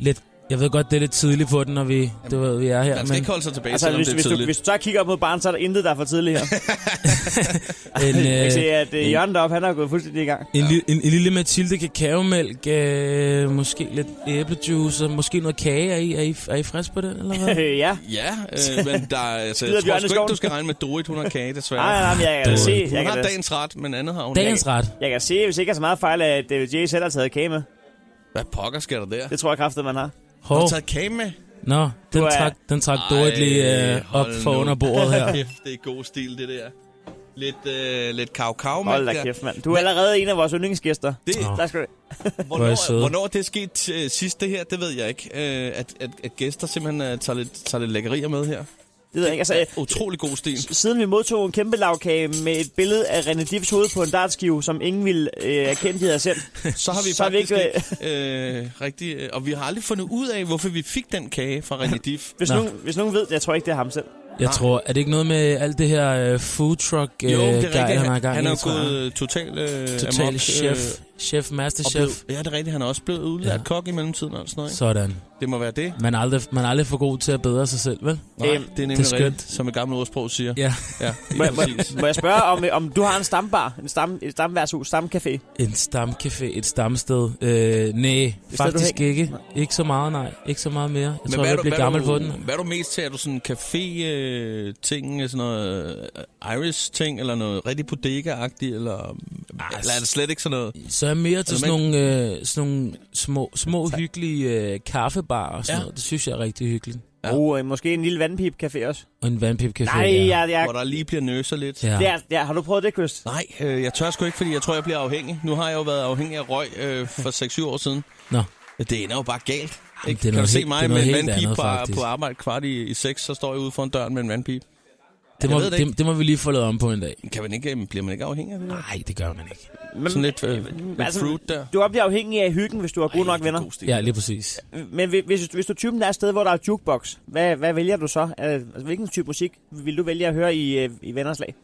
M: lidt, jeg ved godt, det er lidt tidligt på den, når vi, du ved, vi er her.
B: man skal ikke holde sig tilbage,
C: Altså, hvis, hvis, du, hvis du så kigger op mod barnet, så er der intet, der er for tidligt her. jeg
M: En,
C: kan
M: øh,
C: se, at øh,
M: en-
C: Jørgen deroppe, han har gået fuldstændig i gang.
M: En, li- en, en lille Mathilde kakaomælk, øh, måske lidt æblejuice, og måske noget kage. Er I, er I, er I frisk på den, eller hvad?
C: ja.
B: Ja, øh, men der, er- altså,
M: Skider
B: jeg tror
M: Bjørn i
B: sgu ikke,
M: skoven?
B: du skal regne med Dorit, hun har kage, desværre.
C: Nej, nej, men jeg kan da
B: Dorit.
C: se-
B: Hun
C: jeg kan da-
B: har dagens ret, men andet har hun
M: Dagens
B: ikke.
M: ret.
C: Jeg kan se, hvis ikke er så meget fejl, at David J. selv har taget kage med.
B: Hvad pokker sker der der?
C: Det tror jeg kraftigt, man har.
M: Hov. Har du
B: taget kage med?
M: Nå, den
C: Du er-
M: trak, den trak Dorit lige øh, op
B: hold
M: for
B: nu.
M: under bordet her.
B: Kæft, det er god stil, det der. Lidt, øh, lidt kav
C: Hold da kæft, mand. Du er allerede en af vores yndlingsgæster.
B: Det- Nå.
C: Tak skal du
M: Hvor er I
B: Hvornår,
M: søde.
B: hvornår det er sket øh, sidst, det her, det ved jeg ikke. Øh, at, at, at gæster simpelthen øh, tager, lidt, tager lidt lækkerier med her.
C: Det ved jeg ikke. Altså, øh,
B: Utrolig god stil.
C: siden vi modtog en kæmpe lavkage med et billede af René Diffs hoved på en dartskive, som ingen ville øh, erkende, de havde sendt.
B: Så har vi
C: så
B: faktisk
C: ikke, øh,
B: ikke, øh, rigtig... Øh, og vi har aldrig fundet ud af, hvorfor vi fik den kage fra René Diff.
C: Hvis, nogen, hvis nogen ved det, jeg tror ikke, det er ham selv.
M: Jeg tror, er det ikke noget med alt det her øh, food truck, øh,
B: Ah. Jo, det er
M: gej,
B: rigtigt.
M: han har gang i?
B: han er
M: tror jeg?
B: gået øh, total øh,
M: Total
B: amok,
M: chef. Chef,
B: Og blev,
M: masterchef.
B: ja, det er rigtigt. Han er også blevet udlært ja. kok i mellemtiden og sådan noget. ikke?
M: Sådan.
B: Det må være det.
M: Man er, aldrig, man er aldrig for god til at bedre sig selv, vel?
B: Nej, det er nemlig
M: det er skønt.
B: rigtigt, som et gammelt ordsprog siger.
M: Ja.
B: ja
C: Må,
B: lige
C: jeg- må,
B: præcis.
C: må jeg spørge, om, om du har en stambar? En stam, et stamværshus, stamcafé?
M: En stamcafé, et stamsted. Øh, nej,
C: du
M: faktisk
C: hæng-
M: ikke. Ikke så meget, nej. Ikke så meget mere. Jeg
B: Men
M: tror,
B: hvad er
M: jeg
B: du-
M: bliver
B: hvad er
M: gammel
B: du-
M: på den.
B: Hvad er du mest til? Er du sådan café-ting, sådan noget øh, Iris-ting, eller noget rigtig bodega-agtigt, eller, eller er det slet ikke sådan noget?
M: Så er jeg mere til
B: Er du
M: sådan
B: med?
M: nogle, øh, sådan nogle små, små hyggelige øh, kaffebarer og sådan
C: Ja.
M: ja. noget. Det synes jeg er rigtig hyggeligt.
C: Ja. Og øh, måske en lille vandpipcafé også?
M: Og en vandpipcafé.
C: Nej,
M: ja.
C: jeg... jeg
B: Hvor der lige bliver nøser lidt.
M: Ja.
C: der, der, har du prøvet det, Chris?
B: Nej, øh, jeg tør sgu ikke, fordi jeg tror, jeg bliver afhængig. Nu har jeg jo været afhængig af røg øh, for 6-7 år siden.
M: Nå.
B: Det ender jo bare galt. Ikke?
M: det er
B: Kan du
M: noget
B: se
M: helt- det er
B: mig
M: noget
B: med en
M: helt andet,
B: vandpip på,
M: faktisk.
B: på arbejde kvart i, i 6, så står jeg ude foran døren med en vandpip.
M: Det
B: Jeg
M: må,
B: ved
M: det,
B: det
M: det,
B: ikke.
M: må vi lige få lavet om på en dag.
B: Kan man ikke, øh, bliver man ikke afhængig af det?
M: Nej, det gør man ikke.
C: Men-
B: Sådan lidt, øh, lidt fruit der.
C: Mm, altså, Du bliver afhængig af hyggen, hvis du har gode nok venner.
M: Ja, lige præcis.
C: Men hvis, hvis, hvis du er typen der er et sted, hvor der er jukebox, hvad, hvad vælger du så? Øh, Altså, hvilken type musik vil du vælge at høre i, øh, i vennerslag?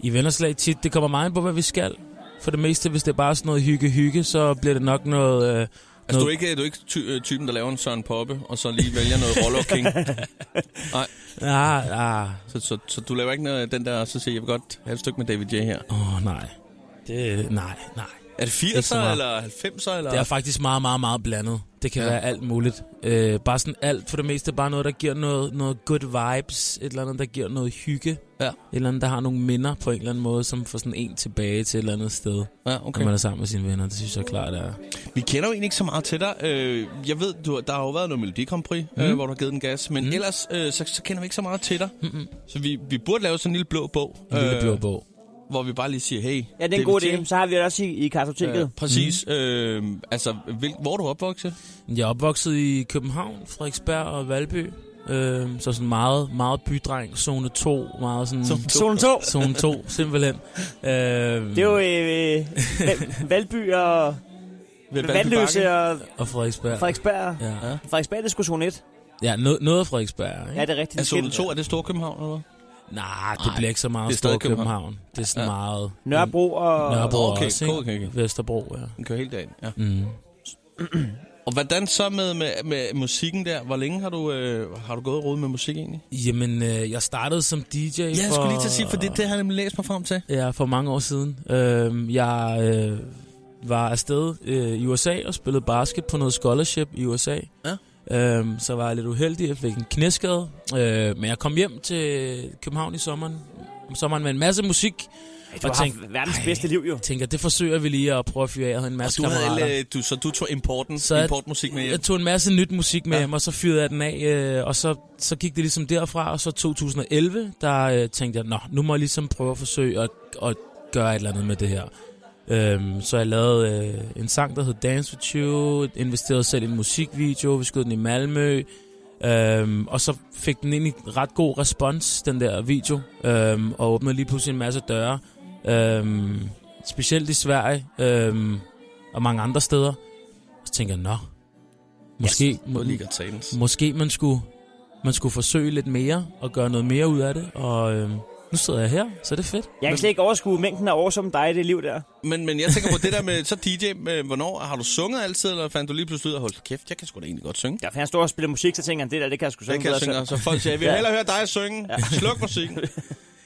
M: I vennerslag tit, det kommer meget an på, hvad vi skal. For det meste, hvis det er bare sådan noget hygge-hygge, så bliver det nok noget... Øh,
B: Altså, du er ikke, du er ikke ty- øh, typen, der laver en Søren Poppe, og så lige vælger noget Roller King. Nej.
M: Ah, ah.
B: Så, så, så du laver ikke noget af den der, og så siger jeg, vil godt have et stykke med David J. her.
M: Åh, oh, nej. Det, nej, nej.
B: Er det
M: Ikke så
B: 80'er,
M: meget.
B: eller 90'er, eller?
M: Det er faktisk meget, meget, meget blandet. Det kan
B: Ja.
M: ja. være alt muligt. Øh, bare sådan alt, for det meste bare noget, der giver noget, noget good vibes. Et eller andet, der giver noget hygge.
B: Ja.
M: Et eller andet, der har nogle minder på en eller anden måde, som får sådan en tilbage til et eller andet sted.
B: Ja, okay.
M: Når man er sammen med sine venner, det synes jeg klart er.
B: Vi kender jo egentlig ikke så meget til dig. Øh, Jeg ved, du, der har jo været noget Melodi Grand Prix, mm. øh,
M: Mm.
B: hvor du har givet den gas, men mm. ellers øh, så, så kender vi ikke så meget til dig. Mm-mm. Så vi, vi burde lave sådan en lille blå bog. øh,
M: En lille blå bog.
B: Hvor vi bare lige siger, hey.
C: Ja, det er en
B: David
C: god
B: J.
C: idé. Så har vi det også i, i kartoteket.
B: Øh, præcis. Mm. Øh, altså, hvil, hvor er du opvokset?
M: Jeg er opvokset i København, Frederiksberg og Valby. Øh, så sådan meget, meget bydreng. Zone 2. Meget sådan,
C: Zone to. Zone to.
M: Zone 2, simpelthen. Øh,
C: Det er jo øh, Val- Valby og
M: Valby
C: Vandløse
M: Bakke.
C: og
M: Og Frederiksberg.
C: Frederiksberg.
M: Ja.
C: Ja. Frederiksberg, det er sgu zone 1.
M: Ja, noget, noget af Frederiksberg, ikke?
C: Ja, det er rigtigt.
B: Er zone
C: Det
B: 2, Altså, er det Storkøbenhavn, eller hvad?
M: Nej, Ah, det bliver ikke så meget
B: det er stadig
M: Stor København.
B: København.
M: København. Det er sådan
B: Ja.
M: ja. meget...
C: Nørrebro og...
M: Nørrebro
B: Okay,
M: også, ikke?
B: okay, okay.
M: Vesterbro, ja.
B: Den kører helt dagen, ja.
M: Mm.
B: Og hvordan så med, med, med musikken der? Hvor længe har du, øh, har du gået og rodet med musik egentlig?
M: Jamen, øh, jeg startede som DJ
B: Ja, jeg skulle lige til at sige, for det, det har jeg nemlig læst mig frem til.
M: Ja, for mange år siden. Øh, jeg øh, var afsted øh, i USA og spillede basket på noget scholarship i USA.
B: Ja.
M: Øh, så var jeg lidt uheldig, jeg fik en knæskade. Øh, men jeg kom hjem til København i sommeren, om sommeren med en masse musik. Ej,
C: du har haft verdens bedste liv, jo.
M: tænker, det forsøger vi lige at prøve at fyre af. Jeg havde en
B: Og
M: masse
B: du havde
M: kammerater.
B: alle, du, så du tog importen,
M: Så
B: så
M: jeg-
B: importmusik med hjem.
M: Jeg tog en masse nyt musik med
B: Ja.
M: ja. hjem, og så fyrede jeg den af, øh, og så, så gik det ligesom derfra, og så 2011, der øh, tænkte jeg, nå, nu må jeg ligesom prøve at forsøge at, at gøre et eller andet med det her. Øhm, så jeg lavede øh, en sang, der hed Dance With You, investerede selv i en musikvideo, vi skød den i Malmø, øhm, og så fik den egentlig ret god respons, den der video, øhm, og åbnede lige pludselig en masse døre, øhm, specielt i Sverige øhm, og mange andre steder. Og så tænkte jeg, nå, Måske, yes,
B: Både lige tales.
M: måske man skulle man skulle forsøge lidt mere og gøre noget mere ud af det. Og øhm, nu sidder jeg her, så det er fedt.
C: Jeg kan slet ikke overskue mængden af år som dig i det liv der.
B: Men, men jeg tænker på det der med, så DJ, øh, hvornår har du sunget altid, eller fandt du lige pludselig ud af, hold kæft, jeg kan sgu da egentlig godt synge.
C: Ja, for han står og spiller musik, så tænker han, det der, det kan jeg sgu synge.
B: Det kan jeg
C: bedre
B: synge, så
C: selv.
B: folk siger, jeg vil
C: Ja.
B: hellere høre dig synge. Sluk musikken.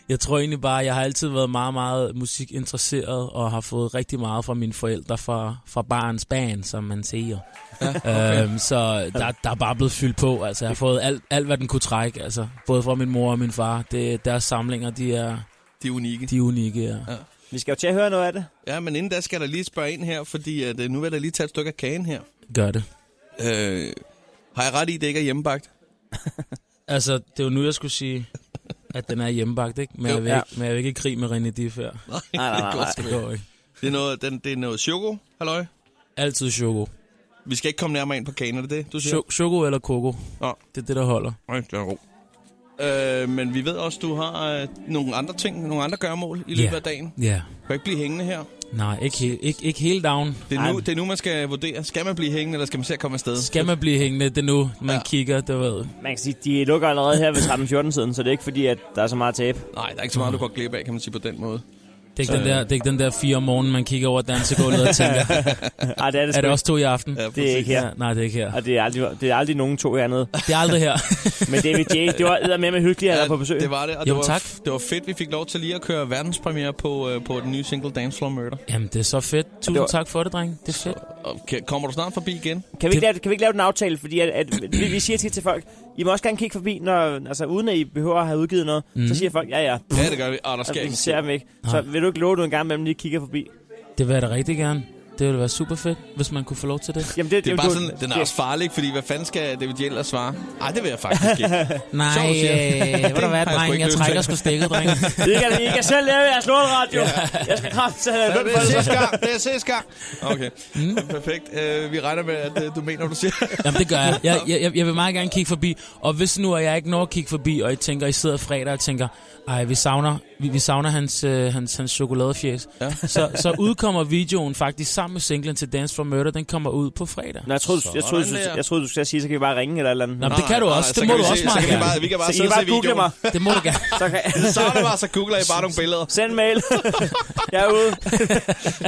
M: Jeg tror egentlig bare, jeg har altid været meget, meget musikinteresseret og har fået rigtig meget fra mine forældre fra, fra barns band, som man siger. Ja,
B: okay.
M: øhm, så der, der er bare blevet fyldt på. Altså, jeg har fået alt, alt, hvad den kunne trække. Altså, både fra min mor og min far. Det, deres samlinger, de er,
B: De er unikke.
M: de er unikke. Ja. Ja.
C: Vi skal jo til at høre noget af det.
B: Ja, men inden da skal jeg da lige spørge ind her, fordi at, øh, nu vil jeg da lige tage et stykke af kagen her.
M: Gør det.
B: Øh, har jeg ret i, at det ikke er hjemmebagt?
M: Altså, det var nu, jeg skulle sige, at den er hjemmebagt, ikke? Men,
B: Jo.
M: jeg, vil
B: Ja.
M: ikke, men jeg vil ikke i krig med René Diff her.
B: Nej,
M: nej,
B: det er godt
M: Det går ikke.
B: Det er noget, den, det er noget choco, halløj.
M: Altid choco.
B: Vi skal ikke komme nærmere ind på kagen, er det det, du siger?
M: Cho- Choco eller koko?
B: Nå.
M: Det er det, der holder.
B: Nej, det er ro. Øh, men vi ved også, du har øh, nogle andre ting, nogle andre gørmål i løbet
M: Ja.
B: af dagen.
M: Ja.
B: Du kan ikke blive hængende her.
M: Nej, ikke, he- ikke, ikke hele down.
B: Det er,
M: Ej,
B: nu, det er nu, man skal vurdere. Skal man blive hængende, eller skal man se at komme afsted?
M: Skal man blive hængende? Det er nu, man ja. kigger, det ved.
C: Man kan sige, de lukker allerede her ved 13-14-tiden, så det er ikke fordi, at der er så meget tab.
B: Nej, der er ikke så meget, du går glip af, kan man sige på den måde.
M: er ikke, den der, det er ikke den der fire om morgenen, man kigger over dansegulvet og tænker,
C: Ej, det er det,
M: er
C: sgu
M: det også
C: ikke.
M: to i aften?
C: Ja, det er ikke her.
M: nej, det er ikke her.
C: Og det er aldrig, det er aldrig nogen to hernede.
M: Det er aldrig her.
C: Men David J, det var med med hyggeligt at være på besøg.
B: Det var det, og det, var, det var fedt, vi fik lov til lige at køre verdenspremiere på, øh, på den nye single Dance Floor Murder.
M: Jamen, det er så fedt. Tusind
B: var-
M: tak for det, dreng. Det er fedt.
B: Og kan- kommer du snart forbi igen?
C: Kan vi, ikke lave, kan vi ikke lave den aftale? Fordi at, at vi, vi siger tit til folk, I må også gerne kigge forbi, når, altså, uden at I behøver at have udgivet noget. Mm.
M: Mhm.
C: Så siger folk, ja ja.
B: Ja, det gør vi. Og der sker
C: og vi
B: ikke en
C: ser
B: skid.
C: dem ikke. Så vil du ikke love, at du en gang imellem lige kigger forbi?
M: Det vil jeg da rigtig gerne. Det ville være super fedt, hvis man kunne få lov til det.
C: Jamen, det,
B: Det er bare sådan, den er også farlig, ikke? fordi hvad fanden skal David Jell svare? Nej, det vil jeg faktisk ikke.
M: Nej,
B: Sjovt, du siger.
M: øh, ved du hvad,
B: Det har sgu
M: dreng,
B: ikke
M: jeg
B: lyst til.
M: trækker sgu stikket, dreng.
C: I kan, I kan selv lave jeres lortradio. Jeg skal kraft til at
B: Ja,
C: have
B: det er sidste gang. Det er sidste gang. Okay, mm. perfekt. Uh, vi regner med, at uh, du mener, hvad du siger.
M: Jamen, det gør jeg. Jeg, jeg. jeg vil meget gerne kigge forbi. Og hvis nu at jeg ikke når at kigge forbi, og I tænker, I sidder fredag og tænker, ej, vi savner, vi, vi savner hans, øh, hans, hans chokoladefjæs. Ja. Så, så udkommer videoen faktisk sammen med singlen til Dance for Murder. Den kommer ud på fredag.
C: Nå, jeg troede, du- jeg, troede, du, jeg troede, du skulle sige, så kan vi bare ringe eller et eller andet.
M: Nå, men det kan du også. Det må du også meget gerne.
C: så kan I bare google mig.
M: Det må du gerne.
C: Så kan...
B: Så er det bare, så googler I bare nogle billeder.
C: Send mail. jeg er ude.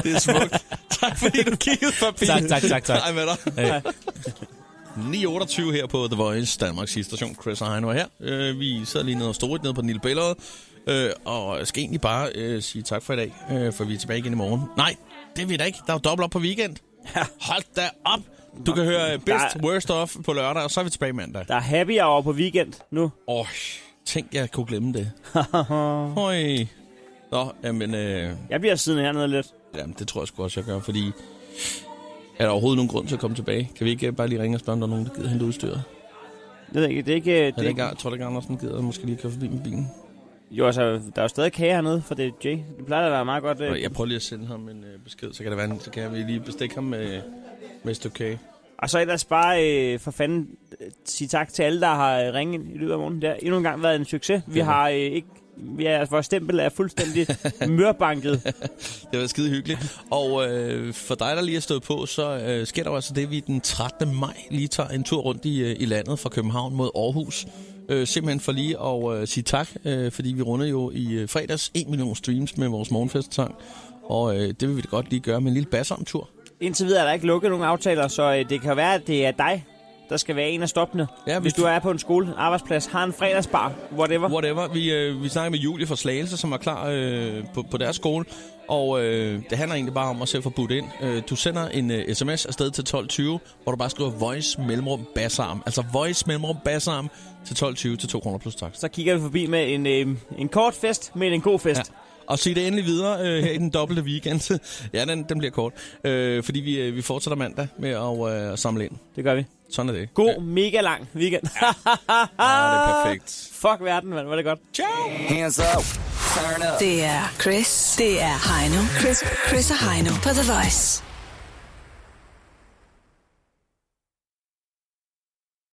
B: Det er smukt. Tak fordi du kiggede forbi.
M: Tak, tak, tak, tak.
B: Hej med dig.
M: Hej.
B: 9.28 her på The Voice, Danmarks sidste station. Chris og Heino er her. Øh, vi sidder lige nede og storit nede på den lille billede. Øh, og jeg skal egentlig bare øh, sige tak for i dag, øh, for vi er tilbage igen i morgen. Nej, det er vi da ikke. Der er jo dobbelt op på weekend. Hold da op. Du kan høre øh, Best
C: Der-
B: Worst Of på lørdag, og så er vi tilbage mandag.
C: Der er happy hour på weekend nu.
B: Åh, oh, tænk, jeg kunne glemme det. Høj. Nå, jamen, øh,
C: Jeg bliver siddende hernede lidt.
B: jamen, det tror jeg sgu også, jeg gør, fordi... Er der overhovedet nogen grund til at komme tilbage? Kan vi ikke øh, bare lige ringe og spørge, om der er nogen, der gider hente udstyret?
C: Det ved jeg ikke. Det er ikke...
B: Jeg
C: Det er ikke
B: tror du ikke, Andersen gider måske lige køre forbi med bilen?
C: jo, altså, der er jo stadig kage hernede, for det er Jay. Det plejer at være meget godt. øh.
B: Nå, Jeg prøver lige at sende ham en øh, besked, så kan, det være, en- så kan vi lige bestikke ham
C: Øh,
B: med, med et stykke kage.
C: Og så ellers bare øh, for fanden øh, sige tak til alle, der har øh, ringet ind i løbet af morgenen. Det har endnu en gang været en succes. Vi har øh, ikke... Vi er, vores stempel er fuldstændig mørbanket.
B: Det har været skide hyggeligt. Og øh, for dig, der lige er stået på, så øh, sker der jo altså det, at vi den 13. maj lige tager en tur rundt i, øh, i landet fra København mod Aarhus. Øh, simpelthen for lige at øh, sige tak, øh, fordi vi runder jo i øh, fredags 1 million streams med vores morgenfestsang. Og øh, det vil vi da godt lige gøre med en lille bassomtur.
C: Indtil videre er der ikke lukket nogen aftaler, så øh, det kan være, at det er dig, der skal være en af stoppene.
B: Ja,
C: Ja,
B: hvis
C: hvis du er på en skole, en arbejdsplads, har en fredagsbar, whatever.
B: Whatever. Vi, øh, vi snakker med Julie fra Slagelse, som er klar øh, på, på deres skole. Og øh, det handler egentlig bare om at se at få budt ind. Øh, du sender en øh, sms afsted til 12.20, hvor du bare skriver voice mellemrum bassarm. Altså voice mellemrum bassarm til 12.20 til 2 kroner plus takst.
C: Så kigger vi forbi med en, øh, en kort fest, men en god fest. Ja.
B: Og sig det endelig videre øh, her i den dobbelte weekend. ja, den, den bliver kort. Øh, fordi vi, øh, vi fortsætter mandag med at øh, samle ind.
C: Det gør vi.
B: Sådan er det.
C: God, mega lang weekend. Ja.
B: Ah, det er perfekt.
C: Fuck verden, mand. Var det godt.
H: Hands up. Turn up.
A: Det er Chris. Det er Heino. Chris, Chris og Heino på The Voice.